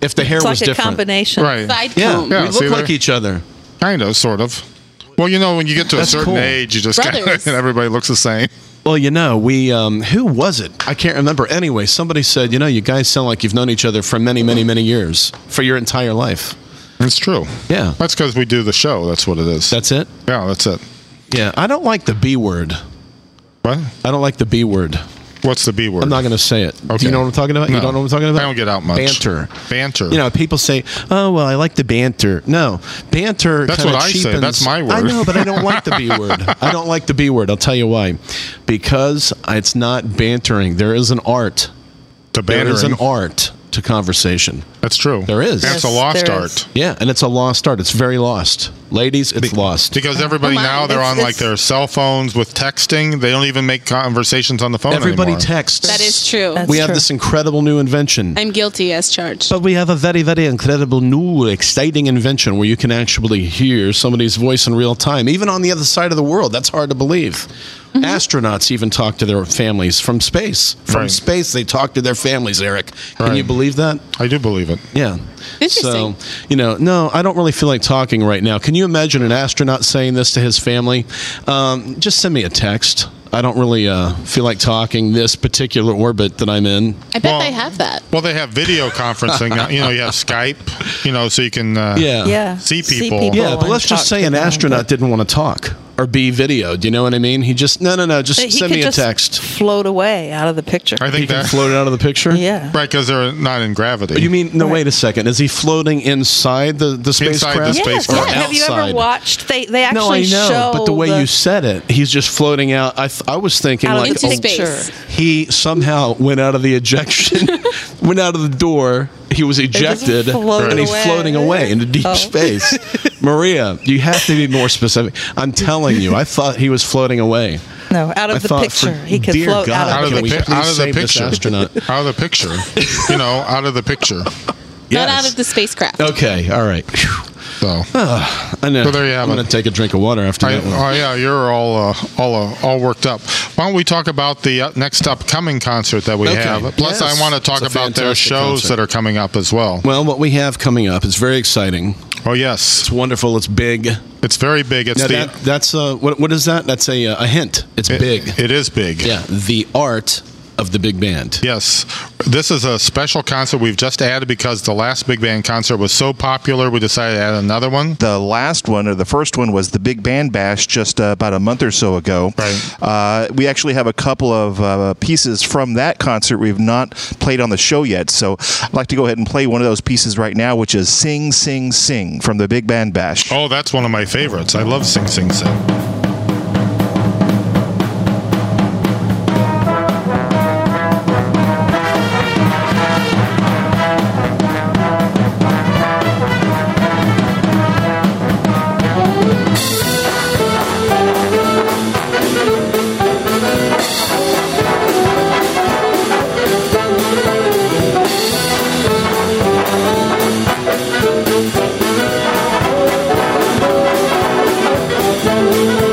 [SPEAKER 2] If the hair
[SPEAKER 5] It's
[SPEAKER 2] was
[SPEAKER 5] like a
[SPEAKER 2] different.
[SPEAKER 5] combination.
[SPEAKER 3] right.
[SPEAKER 4] Side
[SPEAKER 2] Yeah,
[SPEAKER 4] comb.
[SPEAKER 3] Yeah,
[SPEAKER 2] we
[SPEAKER 3] see
[SPEAKER 2] look like
[SPEAKER 3] there?
[SPEAKER 2] each other.
[SPEAKER 3] Kind of, sort of. Well, you know, when you get to
[SPEAKER 2] That's
[SPEAKER 3] a certain
[SPEAKER 2] cool.
[SPEAKER 3] age, you just kind
[SPEAKER 4] Brothers.
[SPEAKER 3] of everybody looks the same.
[SPEAKER 2] Well, you know, we um, who was it? I can't remember. Anyway, somebody said, you know, you guys sound like you've known each other for many, many, many years, for your entire life.
[SPEAKER 3] It's true.
[SPEAKER 2] Yeah.
[SPEAKER 3] That's because we do the show. That's what it is.
[SPEAKER 2] That's it.
[SPEAKER 3] yeah, that's it.
[SPEAKER 2] Yeah, I don't like the B word.
[SPEAKER 3] What?
[SPEAKER 2] I don't like the B word.
[SPEAKER 3] What's the B word?
[SPEAKER 2] I'm not going to say it. Do
[SPEAKER 3] Okay.
[SPEAKER 2] you know what I'm talking about? You
[SPEAKER 3] No.
[SPEAKER 2] don't know what I'm talking about?
[SPEAKER 3] I don't get out much.
[SPEAKER 2] Banter.
[SPEAKER 3] Banter.
[SPEAKER 2] You know, people say, "Oh well, I like the banter." No, banter.
[SPEAKER 3] That's
[SPEAKER 2] kinda
[SPEAKER 3] what I say.
[SPEAKER 2] cheapens-
[SPEAKER 3] That's my word.
[SPEAKER 2] I know, but I don't like the B word. I don't like the B word. I'll tell you why. Because it's not bantering. There is an art.
[SPEAKER 3] to
[SPEAKER 2] There is
[SPEAKER 3] bantering.
[SPEAKER 2] an art to conversation.
[SPEAKER 3] That's true.
[SPEAKER 2] There is.
[SPEAKER 3] That's a
[SPEAKER 5] Yes,
[SPEAKER 3] lost
[SPEAKER 5] there
[SPEAKER 3] art.
[SPEAKER 5] is.
[SPEAKER 2] Yeah, and it's a lost art. It's very lost, ladies. It's lost.
[SPEAKER 3] Because everybody
[SPEAKER 4] Well,
[SPEAKER 3] now
[SPEAKER 4] mine-
[SPEAKER 3] they're
[SPEAKER 4] it's-
[SPEAKER 3] on like
[SPEAKER 4] it's-
[SPEAKER 3] their cell phones with texting. They don't even make conversations on the phone
[SPEAKER 2] Everybody
[SPEAKER 3] anymore.
[SPEAKER 2] texts.
[SPEAKER 4] That is true.
[SPEAKER 5] That's-
[SPEAKER 2] we have
[SPEAKER 5] true.
[SPEAKER 2] this incredible new invention.
[SPEAKER 4] I'm guilty as charged.
[SPEAKER 2] But we have a very, very incredible, new, exciting invention where you can actually hear somebody's voice in real time, even on the other side of the world. That's hard to believe. Astronauts even talk to their families from space. From
[SPEAKER 3] Right.
[SPEAKER 2] space, they talk to their families, Eric. Can
[SPEAKER 3] Right.
[SPEAKER 2] you believe that?
[SPEAKER 3] I do believe it.
[SPEAKER 2] Yeah. So,
[SPEAKER 4] Interesting.
[SPEAKER 2] you know, no, I don't really feel like talking right now. Can you imagine an astronaut saying this to his family? Um, just send me a text. I don't really uh, feel like talking this particular orbit that I'm in.
[SPEAKER 4] I bet
[SPEAKER 3] Well-
[SPEAKER 4] they have that.
[SPEAKER 3] Well, they have video conferencing. now. you know, you have Skype. You know, so you can. Uh,
[SPEAKER 2] Yeah.
[SPEAKER 5] yeah.
[SPEAKER 3] See people.
[SPEAKER 2] Yeah, but
[SPEAKER 5] and
[SPEAKER 2] let's just
[SPEAKER 5] talk
[SPEAKER 2] say
[SPEAKER 5] to
[SPEAKER 2] an
[SPEAKER 5] them,
[SPEAKER 2] astronaut
[SPEAKER 5] but
[SPEAKER 2] didn't want to talk or be videoed. You know what I mean? He just no, no, no. Just
[SPEAKER 5] he
[SPEAKER 2] send
[SPEAKER 5] could
[SPEAKER 2] me a
[SPEAKER 5] just
[SPEAKER 2] text.
[SPEAKER 5] Float away out of the picture.
[SPEAKER 3] I
[SPEAKER 2] He
[SPEAKER 3] think
[SPEAKER 2] can
[SPEAKER 3] that.
[SPEAKER 2] float out of the picture.
[SPEAKER 5] yeah.
[SPEAKER 3] Right, because they're not in gravity.
[SPEAKER 2] You mean no?
[SPEAKER 5] Right.
[SPEAKER 2] Wait a second. Is he floating inside the the spacecraft?
[SPEAKER 3] Yeah.
[SPEAKER 5] Yes,
[SPEAKER 3] Spacecraft.
[SPEAKER 5] yeah. Have you
[SPEAKER 2] Outside.
[SPEAKER 5] ever watched? They they actually
[SPEAKER 2] No, I know.
[SPEAKER 5] show.
[SPEAKER 2] But the way you said it, he's just floating out. I th- I was thinking
[SPEAKER 5] out
[SPEAKER 2] like oh,
[SPEAKER 5] of the
[SPEAKER 4] Into
[SPEAKER 5] picture.
[SPEAKER 4] space.
[SPEAKER 2] he somehow went out of the ejection, went out of the door. He was ejected,
[SPEAKER 5] floated
[SPEAKER 2] and he's
[SPEAKER 5] away.
[SPEAKER 2] floating away into deep
[SPEAKER 5] Oh.
[SPEAKER 2] space. Maria, you have to be more specific. I'm telling you, I thought he was floating away.
[SPEAKER 5] No, out of
[SPEAKER 2] I
[SPEAKER 5] the
[SPEAKER 2] thought,
[SPEAKER 5] picture.
[SPEAKER 2] for
[SPEAKER 5] He could
[SPEAKER 2] dear
[SPEAKER 5] float
[SPEAKER 2] God,
[SPEAKER 5] out
[SPEAKER 3] out
[SPEAKER 5] of
[SPEAKER 3] of
[SPEAKER 2] can
[SPEAKER 5] the
[SPEAKER 3] the,
[SPEAKER 2] we
[SPEAKER 5] picture.
[SPEAKER 3] pi-
[SPEAKER 2] please
[SPEAKER 3] out of the
[SPEAKER 2] save this
[SPEAKER 3] picture.
[SPEAKER 2] astronaut?
[SPEAKER 3] Out of the picture. you know, out of the picture.
[SPEAKER 4] Not out of the spacecraft.
[SPEAKER 2] Okay, all right. Phew.
[SPEAKER 3] So.
[SPEAKER 2] I know.
[SPEAKER 3] So there you have
[SPEAKER 2] I'm
[SPEAKER 3] it.
[SPEAKER 2] going to take a drink of water after
[SPEAKER 3] I,
[SPEAKER 2] that one.
[SPEAKER 3] oh yeah, you're all uh, all uh, all worked up. Why don't we talk about the uh, next upcoming concert that we
[SPEAKER 2] Okay.
[SPEAKER 3] have? Plus,
[SPEAKER 2] Yes.
[SPEAKER 3] I want to talk
[SPEAKER 2] It's a
[SPEAKER 3] about their
[SPEAKER 2] fantastic
[SPEAKER 3] shows
[SPEAKER 2] concert.
[SPEAKER 3] that are coming up as well.
[SPEAKER 2] Well, what we have coming up is very exciting.
[SPEAKER 3] Oh yes,
[SPEAKER 2] It's wonderful. It's big.
[SPEAKER 3] it's very big. It's
[SPEAKER 2] Now
[SPEAKER 3] the
[SPEAKER 2] that, that's uh, what, what is that? That's a, uh, a hint. It's
[SPEAKER 3] it-
[SPEAKER 2] big.
[SPEAKER 3] It is big.
[SPEAKER 2] yeah, the art of the big band.
[SPEAKER 3] Yes, this is a special concert we've just added because the last big band concert was so popular, we decided to add another one.
[SPEAKER 6] the last one or the first one was the Big Band Bash just uh, about a month or so ago.
[SPEAKER 3] Right.
[SPEAKER 6] Uh, we actually have a couple of uh, pieces from that concert we've not played on the show yet. So I'd like to go ahead and play one of those pieces right now, which is Sing, Sing, Sing from the Big Band Bash.
[SPEAKER 3] Oh, that's one of my favorites. I love Sing Sing Sing.
[SPEAKER 7] Thank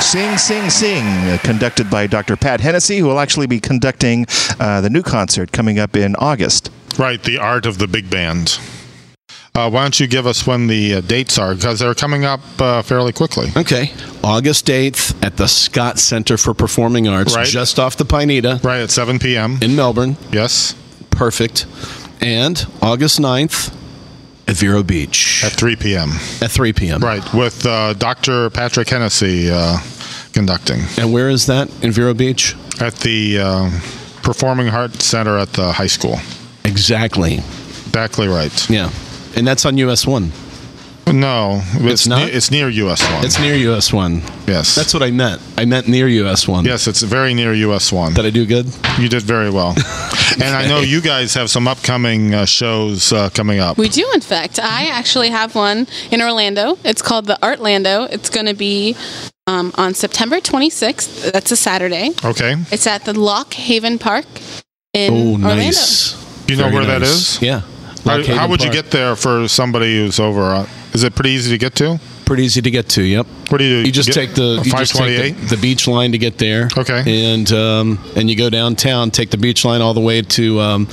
[SPEAKER 6] Sing, Sing, Sing, uh, conducted by Dr. Pat Hennessy, who will actually be conducting uh, the new concert coming up in August.
[SPEAKER 3] Right, the art of the big band. Uh, why don't you give us when the uh, dates are? Because they're coming up uh, fairly quickly.
[SPEAKER 2] Okay. August 8th at the Scott Center for Performing Arts,
[SPEAKER 3] Right.
[SPEAKER 2] just off the Pineda
[SPEAKER 3] Right at 7 p.m.
[SPEAKER 2] in Melbourne.
[SPEAKER 3] yes,
[SPEAKER 2] Perfect. And August 9th at Vero Beach
[SPEAKER 3] at 3 p.m.
[SPEAKER 2] at 3 p.m.
[SPEAKER 3] Right with uh, Dr. Patrick Hennessy uh, conducting
[SPEAKER 2] And where is that in Vero Beach?
[SPEAKER 3] at the uh, Performing Arts Center at the high school.
[SPEAKER 2] Exactly.
[SPEAKER 3] Exactly right.
[SPEAKER 2] Yeah. And that's on US 1.
[SPEAKER 3] No, it's,
[SPEAKER 2] It's not?
[SPEAKER 3] ne- it's near US one.
[SPEAKER 2] It's near US 1.
[SPEAKER 3] yes.
[SPEAKER 2] That's what I meant. I meant near US 1.
[SPEAKER 3] yes, it's very near US one.
[SPEAKER 2] Did I do good?
[SPEAKER 3] You did very well. And I know you guys have some upcoming uh, shows uh, coming up.
[SPEAKER 4] We do, in fact. I actually have one in Orlando. It's called the Artlando. It's going to be um, on September 26th. That's a Saturday.
[SPEAKER 3] okay.
[SPEAKER 4] It's at the Lock Haven Park in
[SPEAKER 2] Oh,
[SPEAKER 4] Orlando.
[SPEAKER 2] nice.
[SPEAKER 3] You know
[SPEAKER 2] Very
[SPEAKER 3] where that
[SPEAKER 2] nice.
[SPEAKER 3] is?
[SPEAKER 2] Yeah.
[SPEAKER 3] How,
[SPEAKER 2] Lock Haven
[SPEAKER 3] how would you
[SPEAKER 2] Park.
[SPEAKER 3] get there for somebody who's over? Uh, is it pretty easy to get to?
[SPEAKER 2] Pretty easy to get to. Yep.
[SPEAKER 3] What do you do?
[SPEAKER 2] You just
[SPEAKER 3] Get-
[SPEAKER 2] take the you just take
[SPEAKER 3] 528?
[SPEAKER 2] the, the beach line to get there.
[SPEAKER 3] Okay.
[SPEAKER 2] And um, and you go downtown, take the beach line all the way to um,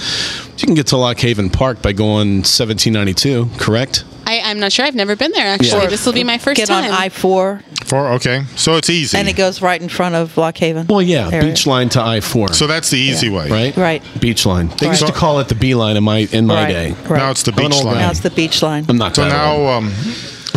[SPEAKER 2] you can get to Lock Haven Park by going 1792. Correct.
[SPEAKER 4] I, I'm not sure. I've never been there, actually.
[SPEAKER 2] Yeah.
[SPEAKER 4] This will be my first
[SPEAKER 5] Get
[SPEAKER 4] time.
[SPEAKER 5] on I four,
[SPEAKER 3] For okay, so it's easy.
[SPEAKER 5] and it goes right in front of Lock Haven.
[SPEAKER 2] Well, yeah,
[SPEAKER 5] area.
[SPEAKER 2] beach line to I four.
[SPEAKER 3] so that's the easy way,
[SPEAKER 2] right.
[SPEAKER 5] Right.
[SPEAKER 2] Beach line. They used
[SPEAKER 3] Right.
[SPEAKER 2] to call it the B line in my in my
[SPEAKER 5] Right,
[SPEAKER 2] day.
[SPEAKER 5] right.
[SPEAKER 3] Now it's the
[SPEAKER 2] I'm an
[SPEAKER 3] beach
[SPEAKER 2] old
[SPEAKER 3] line.
[SPEAKER 5] Now it's the beach line.
[SPEAKER 2] I'm not.
[SPEAKER 3] so
[SPEAKER 2] that old.
[SPEAKER 3] now, um,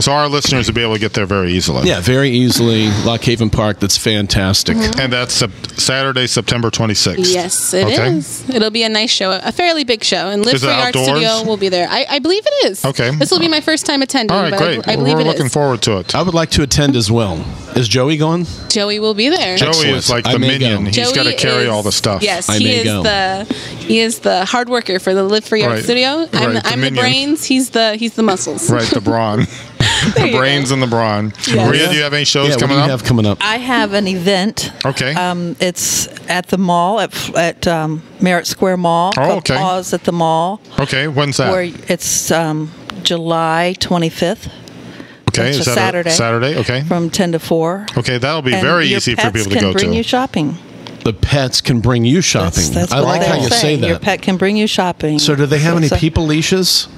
[SPEAKER 3] so our listeners will be able to get there very easily.
[SPEAKER 2] Yeah, very easily Lock Haven Park. That's fantastic.
[SPEAKER 5] Mm-hmm.
[SPEAKER 3] And that's sep- Saturday, September 26th.
[SPEAKER 4] Yes, it is. It'll be a nice show, a fairly big show, and Live
[SPEAKER 3] Is it
[SPEAKER 4] Free Art
[SPEAKER 3] outdoors?
[SPEAKER 4] Studio will be there. I, I believe it is.
[SPEAKER 3] Okay.
[SPEAKER 4] This will be my first time attending,
[SPEAKER 3] All right,
[SPEAKER 4] but
[SPEAKER 3] great.
[SPEAKER 4] I, I
[SPEAKER 3] Well,
[SPEAKER 4] believe
[SPEAKER 3] We're
[SPEAKER 4] it
[SPEAKER 3] looking
[SPEAKER 4] is.
[SPEAKER 3] forward to it.
[SPEAKER 2] I would like to attend as well. Is Joey going?
[SPEAKER 4] Joey will be there.
[SPEAKER 3] Joey
[SPEAKER 2] Excellent.
[SPEAKER 3] is like
[SPEAKER 2] I
[SPEAKER 3] the
[SPEAKER 2] may go.
[SPEAKER 3] minion. He's
[SPEAKER 4] Joey
[SPEAKER 3] got to carry
[SPEAKER 4] is-
[SPEAKER 3] all the stuff.
[SPEAKER 4] Yes,
[SPEAKER 2] I
[SPEAKER 4] he
[SPEAKER 2] may
[SPEAKER 4] is
[SPEAKER 2] go.
[SPEAKER 4] the he is the hard worker for the Live Free
[SPEAKER 3] Right.
[SPEAKER 4] Art Studio. I'm,
[SPEAKER 3] Right, the
[SPEAKER 4] I'm the
[SPEAKER 3] minion.
[SPEAKER 4] brains. He's the he's the muscles.
[SPEAKER 3] Right, the brawn.
[SPEAKER 4] There
[SPEAKER 3] the
[SPEAKER 4] you go.
[SPEAKER 3] brains and the brawn. Maria, do you have any shows
[SPEAKER 2] yeah. What do
[SPEAKER 3] coming
[SPEAKER 2] you
[SPEAKER 3] up?
[SPEAKER 2] have coming up?
[SPEAKER 5] I have an event.
[SPEAKER 3] Okay.
[SPEAKER 5] Um, it's at the mall at at um, Merritt Square Mall.
[SPEAKER 3] Oh,
[SPEAKER 5] called
[SPEAKER 3] okay.
[SPEAKER 5] Paws at the mall,
[SPEAKER 3] okay, when's that?
[SPEAKER 5] where it's um, July 25th
[SPEAKER 3] Mm-hmm. okay,
[SPEAKER 5] it's
[SPEAKER 3] is
[SPEAKER 5] a
[SPEAKER 3] that
[SPEAKER 5] Saturday.
[SPEAKER 3] Saturday, okay.
[SPEAKER 5] from 10 to 4.
[SPEAKER 3] Okay, that'll be
[SPEAKER 5] And
[SPEAKER 3] very
[SPEAKER 5] your
[SPEAKER 3] easy for
[SPEAKER 5] pets
[SPEAKER 3] people to
[SPEAKER 5] can
[SPEAKER 3] go
[SPEAKER 5] bring
[SPEAKER 3] to.
[SPEAKER 5] you shopping.
[SPEAKER 2] The pets can bring you shopping.
[SPEAKER 5] That's, that's
[SPEAKER 2] I
[SPEAKER 5] what
[SPEAKER 2] like
[SPEAKER 5] they're
[SPEAKER 2] how you say
[SPEAKER 5] saying.
[SPEAKER 2] that.
[SPEAKER 5] Your pet can bring you shopping.
[SPEAKER 2] so, do they have any
[SPEAKER 5] So-
[SPEAKER 2] people leashes?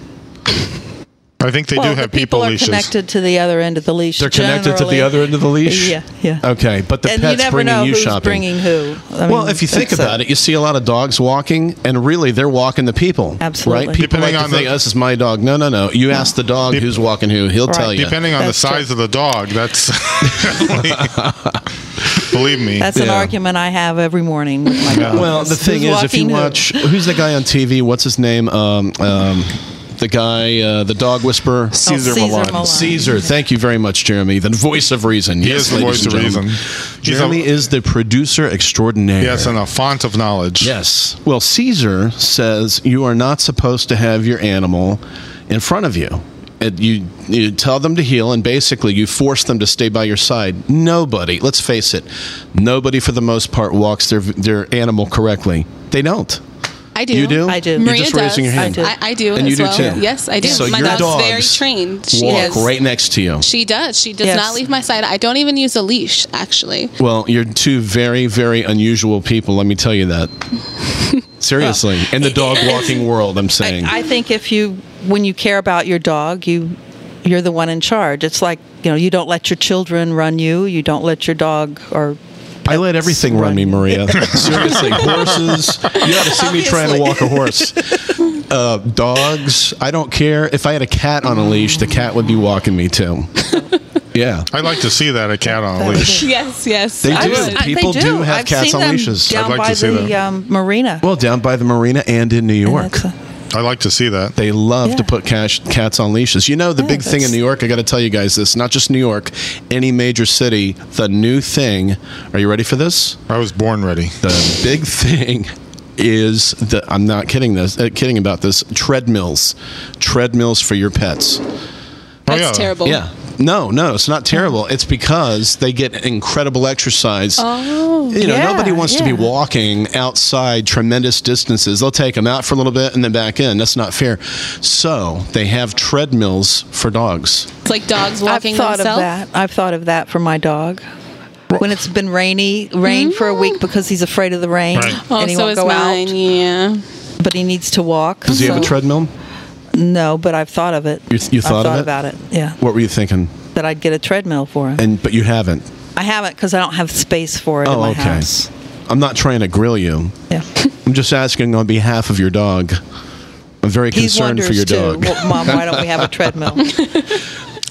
[SPEAKER 3] I think they
[SPEAKER 5] well,
[SPEAKER 3] do have
[SPEAKER 5] the people,
[SPEAKER 3] people
[SPEAKER 5] are
[SPEAKER 3] leashes.
[SPEAKER 5] connected to the other end of the leash.
[SPEAKER 2] They're connected to
[SPEAKER 5] generally.
[SPEAKER 2] the other end of the leash.
[SPEAKER 5] Yeah, yeah.
[SPEAKER 2] Okay, but the
[SPEAKER 5] and
[SPEAKER 2] pets
[SPEAKER 5] you never
[SPEAKER 2] bringing
[SPEAKER 5] know
[SPEAKER 2] you
[SPEAKER 5] who's
[SPEAKER 2] shopping.
[SPEAKER 5] bringing who. I
[SPEAKER 2] well,
[SPEAKER 5] mean,
[SPEAKER 2] if you think
[SPEAKER 5] it's a-
[SPEAKER 2] about it, you see a lot of dogs walking, and really they're walking the people.
[SPEAKER 5] Absolutely.
[SPEAKER 2] Right? People
[SPEAKER 3] Depending
[SPEAKER 2] like
[SPEAKER 3] on
[SPEAKER 2] to think,
[SPEAKER 3] the-
[SPEAKER 2] "Oh, this is my dog. No, no, no. You ask the dog who's walking who, he'll tell you.
[SPEAKER 3] Depending on the
[SPEAKER 5] That's
[SPEAKER 3] size of the dog, that's. believe me.
[SPEAKER 5] That's an
[SPEAKER 2] Yeah.
[SPEAKER 5] argument I have every morning with my dog.
[SPEAKER 2] well, the
[SPEAKER 5] Who's
[SPEAKER 2] thing is, if you
[SPEAKER 5] walking who?
[SPEAKER 2] watch, who's the guy on TV? What's his name? Um, um, the guy, uh, the dog whisperer.
[SPEAKER 6] Caesar,
[SPEAKER 5] Caesar
[SPEAKER 6] Milan.
[SPEAKER 5] Milan.
[SPEAKER 2] Caesar, thank you very much, Jeremy. The voice of reason. He
[SPEAKER 3] is the voice of reason. He's a-
[SPEAKER 2] Jeremy is the producer extraordinaire.
[SPEAKER 3] yes, and a font of knowledge.
[SPEAKER 2] Yes. Well, Caesar says you are not supposed to have your animal in front of you. It, you you tell them to heal, and basically you force them to stay by your side. Nobody, let's face it, nobody for the most part walks their their animal correctly. They don't.
[SPEAKER 4] I do.
[SPEAKER 2] You do.
[SPEAKER 5] I do.
[SPEAKER 2] You're
[SPEAKER 4] Maria
[SPEAKER 2] just
[SPEAKER 4] does.
[SPEAKER 2] raising your
[SPEAKER 5] I
[SPEAKER 2] hand.
[SPEAKER 5] do.
[SPEAKER 4] I, I do.
[SPEAKER 2] And
[SPEAKER 4] as
[SPEAKER 2] you do
[SPEAKER 4] well.
[SPEAKER 2] too.
[SPEAKER 4] Yes, I do.
[SPEAKER 2] So
[SPEAKER 4] my
[SPEAKER 2] your
[SPEAKER 4] dog's
[SPEAKER 2] dogs
[SPEAKER 4] very trained. She
[SPEAKER 2] Walk
[SPEAKER 4] is.
[SPEAKER 2] right next to you.
[SPEAKER 4] She does. She does
[SPEAKER 5] Yes.
[SPEAKER 4] not leave my side. I don't even use a leash, actually.
[SPEAKER 2] Well, you're two very, very unusual people. Let me tell you that. Seriously, in the dog walking world, I'm saying.
[SPEAKER 5] I, I think if you, when you care about your dog, you, you're the one in charge. It's like you know, you don't let your children run you. You don't let your dog or.
[SPEAKER 2] I let everything run me, Maria. Seriously, horses. You ought to see me trying
[SPEAKER 5] Obviously.
[SPEAKER 2] to walk a horse. Uh, dogs. I don't care. If I had a cat on a leash, the cat would be walking me too. Yeah.
[SPEAKER 3] I'd like to see that a cat on a leash.
[SPEAKER 4] Yes, yes.
[SPEAKER 2] They
[SPEAKER 4] I
[SPEAKER 2] do.
[SPEAKER 3] Oh,
[SPEAKER 4] would.
[SPEAKER 5] I-
[SPEAKER 2] People
[SPEAKER 5] they
[SPEAKER 2] do have
[SPEAKER 5] I've
[SPEAKER 2] cats
[SPEAKER 5] seen
[SPEAKER 2] on
[SPEAKER 5] them
[SPEAKER 2] leashes. I'd
[SPEAKER 5] Down
[SPEAKER 3] like
[SPEAKER 5] by
[SPEAKER 3] to see
[SPEAKER 5] the
[SPEAKER 3] that.
[SPEAKER 5] Um, marina.
[SPEAKER 2] Well, down by the marina and in New York.
[SPEAKER 5] That's a-
[SPEAKER 3] I'd like to see that.
[SPEAKER 2] They love to
[SPEAKER 5] Yeah.
[SPEAKER 2] put cash, cats on leashes. You know, the
[SPEAKER 5] Yeah,
[SPEAKER 2] big thing in
[SPEAKER 5] that's-
[SPEAKER 2] New York, I got to tell you guys this, not just New York, any major city, the new thing. Are you ready for this?
[SPEAKER 3] I was born ready.
[SPEAKER 2] The big thing is the I'm not kidding this, uh, kidding about this, treadmills. Treadmills for your pets.
[SPEAKER 3] Oh,
[SPEAKER 4] That's
[SPEAKER 3] yeah.
[SPEAKER 4] terrible.
[SPEAKER 2] Yeah. No, no, it's not terrible. It's because they get incredible exercise.
[SPEAKER 4] Oh,
[SPEAKER 2] you know,
[SPEAKER 5] yeah,
[SPEAKER 2] nobody wants to be
[SPEAKER 5] yeah.
[SPEAKER 2] walking outside tremendous distances. They'll take them out for a little bit and then back in. That's not fair. So they have treadmills for dogs.
[SPEAKER 4] It's like dogs
[SPEAKER 5] I've
[SPEAKER 4] walking
[SPEAKER 5] thought
[SPEAKER 4] themselves.
[SPEAKER 5] of that. I've thought of that for my dog. when it's been rainy, rain for a week because he's afraid of the rain
[SPEAKER 3] Right.
[SPEAKER 4] Oh,
[SPEAKER 5] and he
[SPEAKER 4] so is
[SPEAKER 5] won't go
[SPEAKER 4] mine.
[SPEAKER 5] out.
[SPEAKER 4] Yeah.
[SPEAKER 5] But he needs to walk.
[SPEAKER 2] Does he have a
[SPEAKER 5] so-
[SPEAKER 2] treadmill?
[SPEAKER 5] No, but I've thought of it.
[SPEAKER 2] You- you thought of
[SPEAKER 5] I've thought
[SPEAKER 2] it?
[SPEAKER 5] about it. Yeah,
[SPEAKER 2] What were you thinking?
[SPEAKER 5] that I'd get a treadmill for him.
[SPEAKER 2] And but you haven't.
[SPEAKER 5] I haven't because I don't have space for it in
[SPEAKER 2] Oh,
[SPEAKER 5] my
[SPEAKER 2] okay.
[SPEAKER 5] house.
[SPEAKER 2] I'm not trying to grill you.
[SPEAKER 5] Yeah.
[SPEAKER 2] I'm just asking on behalf of your dog. I'm very
[SPEAKER 5] He
[SPEAKER 2] concerned
[SPEAKER 5] wonders
[SPEAKER 2] for your
[SPEAKER 5] too.
[SPEAKER 2] dog.
[SPEAKER 5] Well, Mom, why don't we have a treadmill?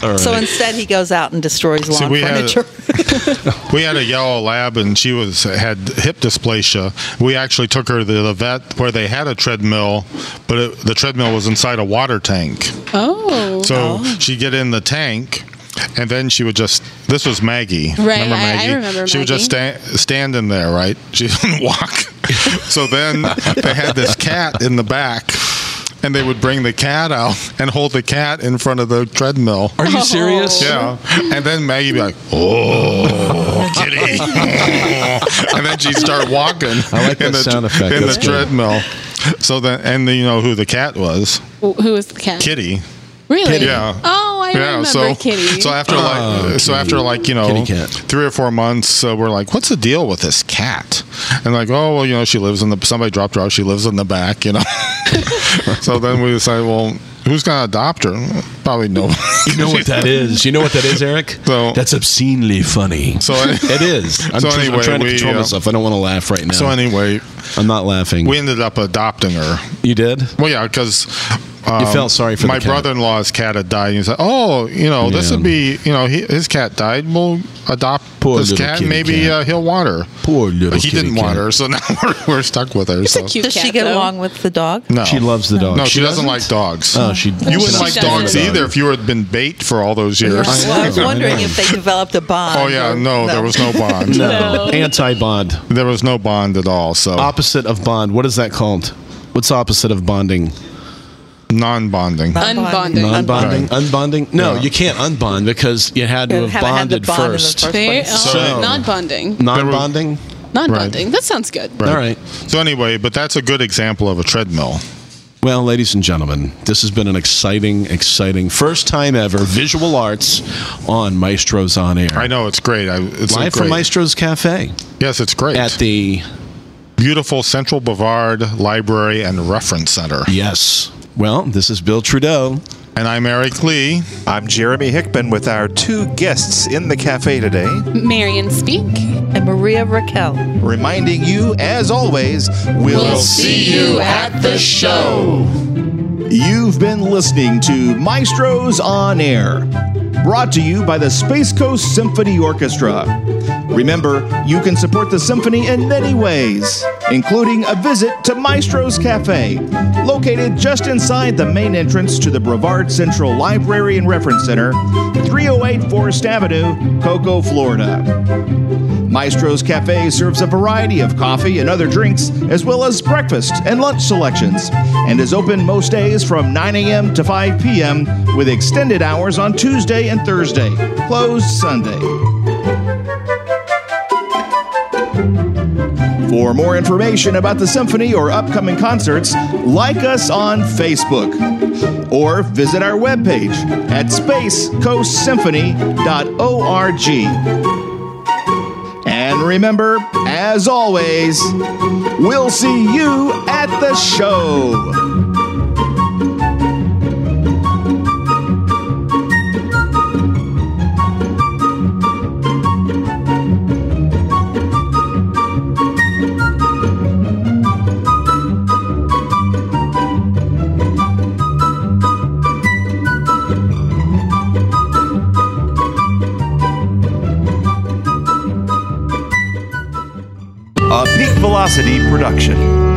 [SPEAKER 2] All
[SPEAKER 5] So
[SPEAKER 2] right.
[SPEAKER 5] instead, he goes out and destroys lawn
[SPEAKER 3] we had-
[SPEAKER 5] furniture.
[SPEAKER 3] We had a yellow lab, and she was had hip dysplasia. We actually took her to the vet where they had a treadmill, but it, the treadmill was inside a water tank.
[SPEAKER 4] Oh.
[SPEAKER 3] So she'd get in the tank, and then she would just. This was Maggie.
[SPEAKER 4] Right, I- I remember
[SPEAKER 3] She would just sta- stand in there, right? She didn't walk. so then they had this cat in the back, and they would bring the cat out and hold the cat in front of the treadmill.
[SPEAKER 2] Are
[SPEAKER 5] Oh.
[SPEAKER 2] you serious?
[SPEAKER 3] Yeah, and then Maggie be like, "Oh, kitty," and then she start walking.
[SPEAKER 2] I like that sound effect.
[SPEAKER 3] in
[SPEAKER 2] That's
[SPEAKER 3] the
[SPEAKER 2] good.
[SPEAKER 3] treadmill. So then, and then you know who the cat was?
[SPEAKER 4] Who who is the cat?
[SPEAKER 3] Kitty.
[SPEAKER 4] Really?
[SPEAKER 3] Yeah.
[SPEAKER 4] Oh, I remember
[SPEAKER 3] so,
[SPEAKER 4] Kitty.
[SPEAKER 3] So after like, so after like you know,
[SPEAKER 2] Oh, Kitty cat.
[SPEAKER 3] three or four months, uh, we're like, what's the deal with this cat? And like, oh well, you know, she lives in the somebody dropped her off. She lives in the back, you know. so then we decided, well, who's gonna adopt her? Probably no.
[SPEAKER 2] You know what that is. You know what that is, Eric?
[SPEAKER 3] So-
[SPEAKER 2] That's obscenely funny.
[SPEAKER 3] So-
[SPEAKER 2] it is. I'm,
[SPEAKER 3] So
[SPEAKER 2] tr- I'm
[SPEAKER 3] anyway,
[SPEAKER 2] trying to
[SPEAKER 3] we,
[SPEAKER 2] control
[SPEAKER 3] uh,
[SPEAKER 2] myself. I don't want to laugh right now.
[SPEAKER 3] so anyway,
[SPEAKER 2] I'm not laughing.
[SPEAKER 3] we ended up adopting her.
[SPEAKER 2] you did?
[SPEAKER 3] Well, yeah, because
[SPEAKER 2] felt sorry for the
[SPEAKER 3] my
[SPEAKER 2] cat.
[SPEAKER 3] brother-in-law's cat had died. And he's like, oh, you know, this
[SPEAKER 2] Yeah.
[SPEAKER 3] would be, you know, he, his cat died. We'll adopt
[SPEAKER 2] Poor
[SPEAKER 3] this
[SPEAKER 2] little
[SPEAKER 3] cat.
[SPEAKER 2] kitty
[SPEAKER 3] Maybe
[SPEAKER 2] cat.
[SPEAKER 3] Uh, he'll want her.
[SPEAKER 2] Poor little
[SPEAKER 3] But he
[SPEAKER 2] kitty
[SPEAKER 3] didn't
[SPEAKER 2] cat.
[SPEAKER 3] want her, so now we're, we're stuck with her.
[SPEAKER 4] it's
[SPEAKER 3] so.
[SPEAKER 4] a cute
[SPEAKER 5] Does
[SPEAKER 4] cat.
[SPEAKER 5] she get
[SPEAKER 4] though.
[SPEAKER 5] along with the dog?
[SPEAKER 3] No,
[SPEAKER 2] She loves the dog.
[SPEAKER 3] No, she, doesn't, like dogs.
[SPEAKER 2] Oh, she.
[SPEAKER 3] you wouldn't like
[SPEAKER 4] doesn't.
[SPEAKER 3] dogs either if you had been bait for all those years.
[SPEAKER 2] I
[SPEAKER 5] Well, I was
[SPEAKER 2] know, I
[SPEAKER 5] wondering
[SPEAKER 2] know.
[SPEAKER 5] if they developed a bond.
[SPEAKER 3] Oh yeah,
[SPEAKER 5] or-
[SPEAKER 3] no, there was no bond.
[SPEAKER 2] No. Anti bond.
[SPEAKER 3] There was no bond at all. So
[SPEAKER 2] Opposite of bond. What is that called? What's opposite of bonding?
[SPEAKER 3] non-bonding.
[SPEAKER 4] Unbonded.
[SPEAKER 2] Non bonding?
[SPEAKER 3] Unbonding.
[SPEAKER 2] Unbonding? No,
[SPEAKER 3] Yeah.
[SPEAKER 2] you can't unbond because you had to
[SPEAKER 5] You
[SPEAKER 2] have
[SPEAKER 5] haven't had the
[SPEAKER 2] bonded
[SPEAKER 5] bond in the
[SPEAKER 2] first.
[SPEAKER 5] first-
[SPEAKER 4] There, oh,
[SPEAKER 3] So-
[SPEAKER 4] non-bonding.
[SPEAKER 2] Non bonding?
[SPEAKER 4] Non bonding. That sounds good.
[SPEAKER 2] All right.
[SPEAKER 3] So anyway, but that's a good example of a treadmill.
[SPEAKER 2] Well, ladies and gentlemen, this has been an exciting, exciting first time ever visual arts on Maestro's on air.
[SPEAKER 3] I know it's great. I, it's
[SPEAKER 2] Live
[SPEAKER 3] great.
[SPEAKER 2] from Maestro's Cafe
[SPEAKER 3] Yes, it's great.
[SPEAKER 2] at the
[SPEAKER 3] beautiful Central Brevard Library and Reference Center.
[SPEAKER 2] yes. Well, this is Bill Trudeau.
[SPEAKER 3] And I'm Eric Lee.
[SPEAKER 6] I'm Jeremy Hickman with our two guests in the cafe today.
[SPEAKER 4] Marion Speak.
[SPEAKER 5] And Maria Raquel.
[SPEAKER 6] reminding you, as always, we'll, see you at the show. You've been listening to Maestros on Air, brought to you by the Space Coast Symphony Orchestra. Remember, you can support the symphony in many ways, including a visit to Maestro's Cafe, located just inside the main entrance to the Brevard Central Library and Reference Center, 308 Forest Avenue, Cocoa, Florida. Maestro's Cafe serves a variety of coffee and other drinks, as well as breakfast and lunch selections, and is open most days from 9 a.m. to 5 p.m., with extended hours on Tuesday and Thursday, closed Sunday. For more information about the symphony or upcoming concerts, like us on Facebook or visit our webpage at spacecoastsymphony.org. And remember, as always, we'll see you at the show. A Peak Velocity Production.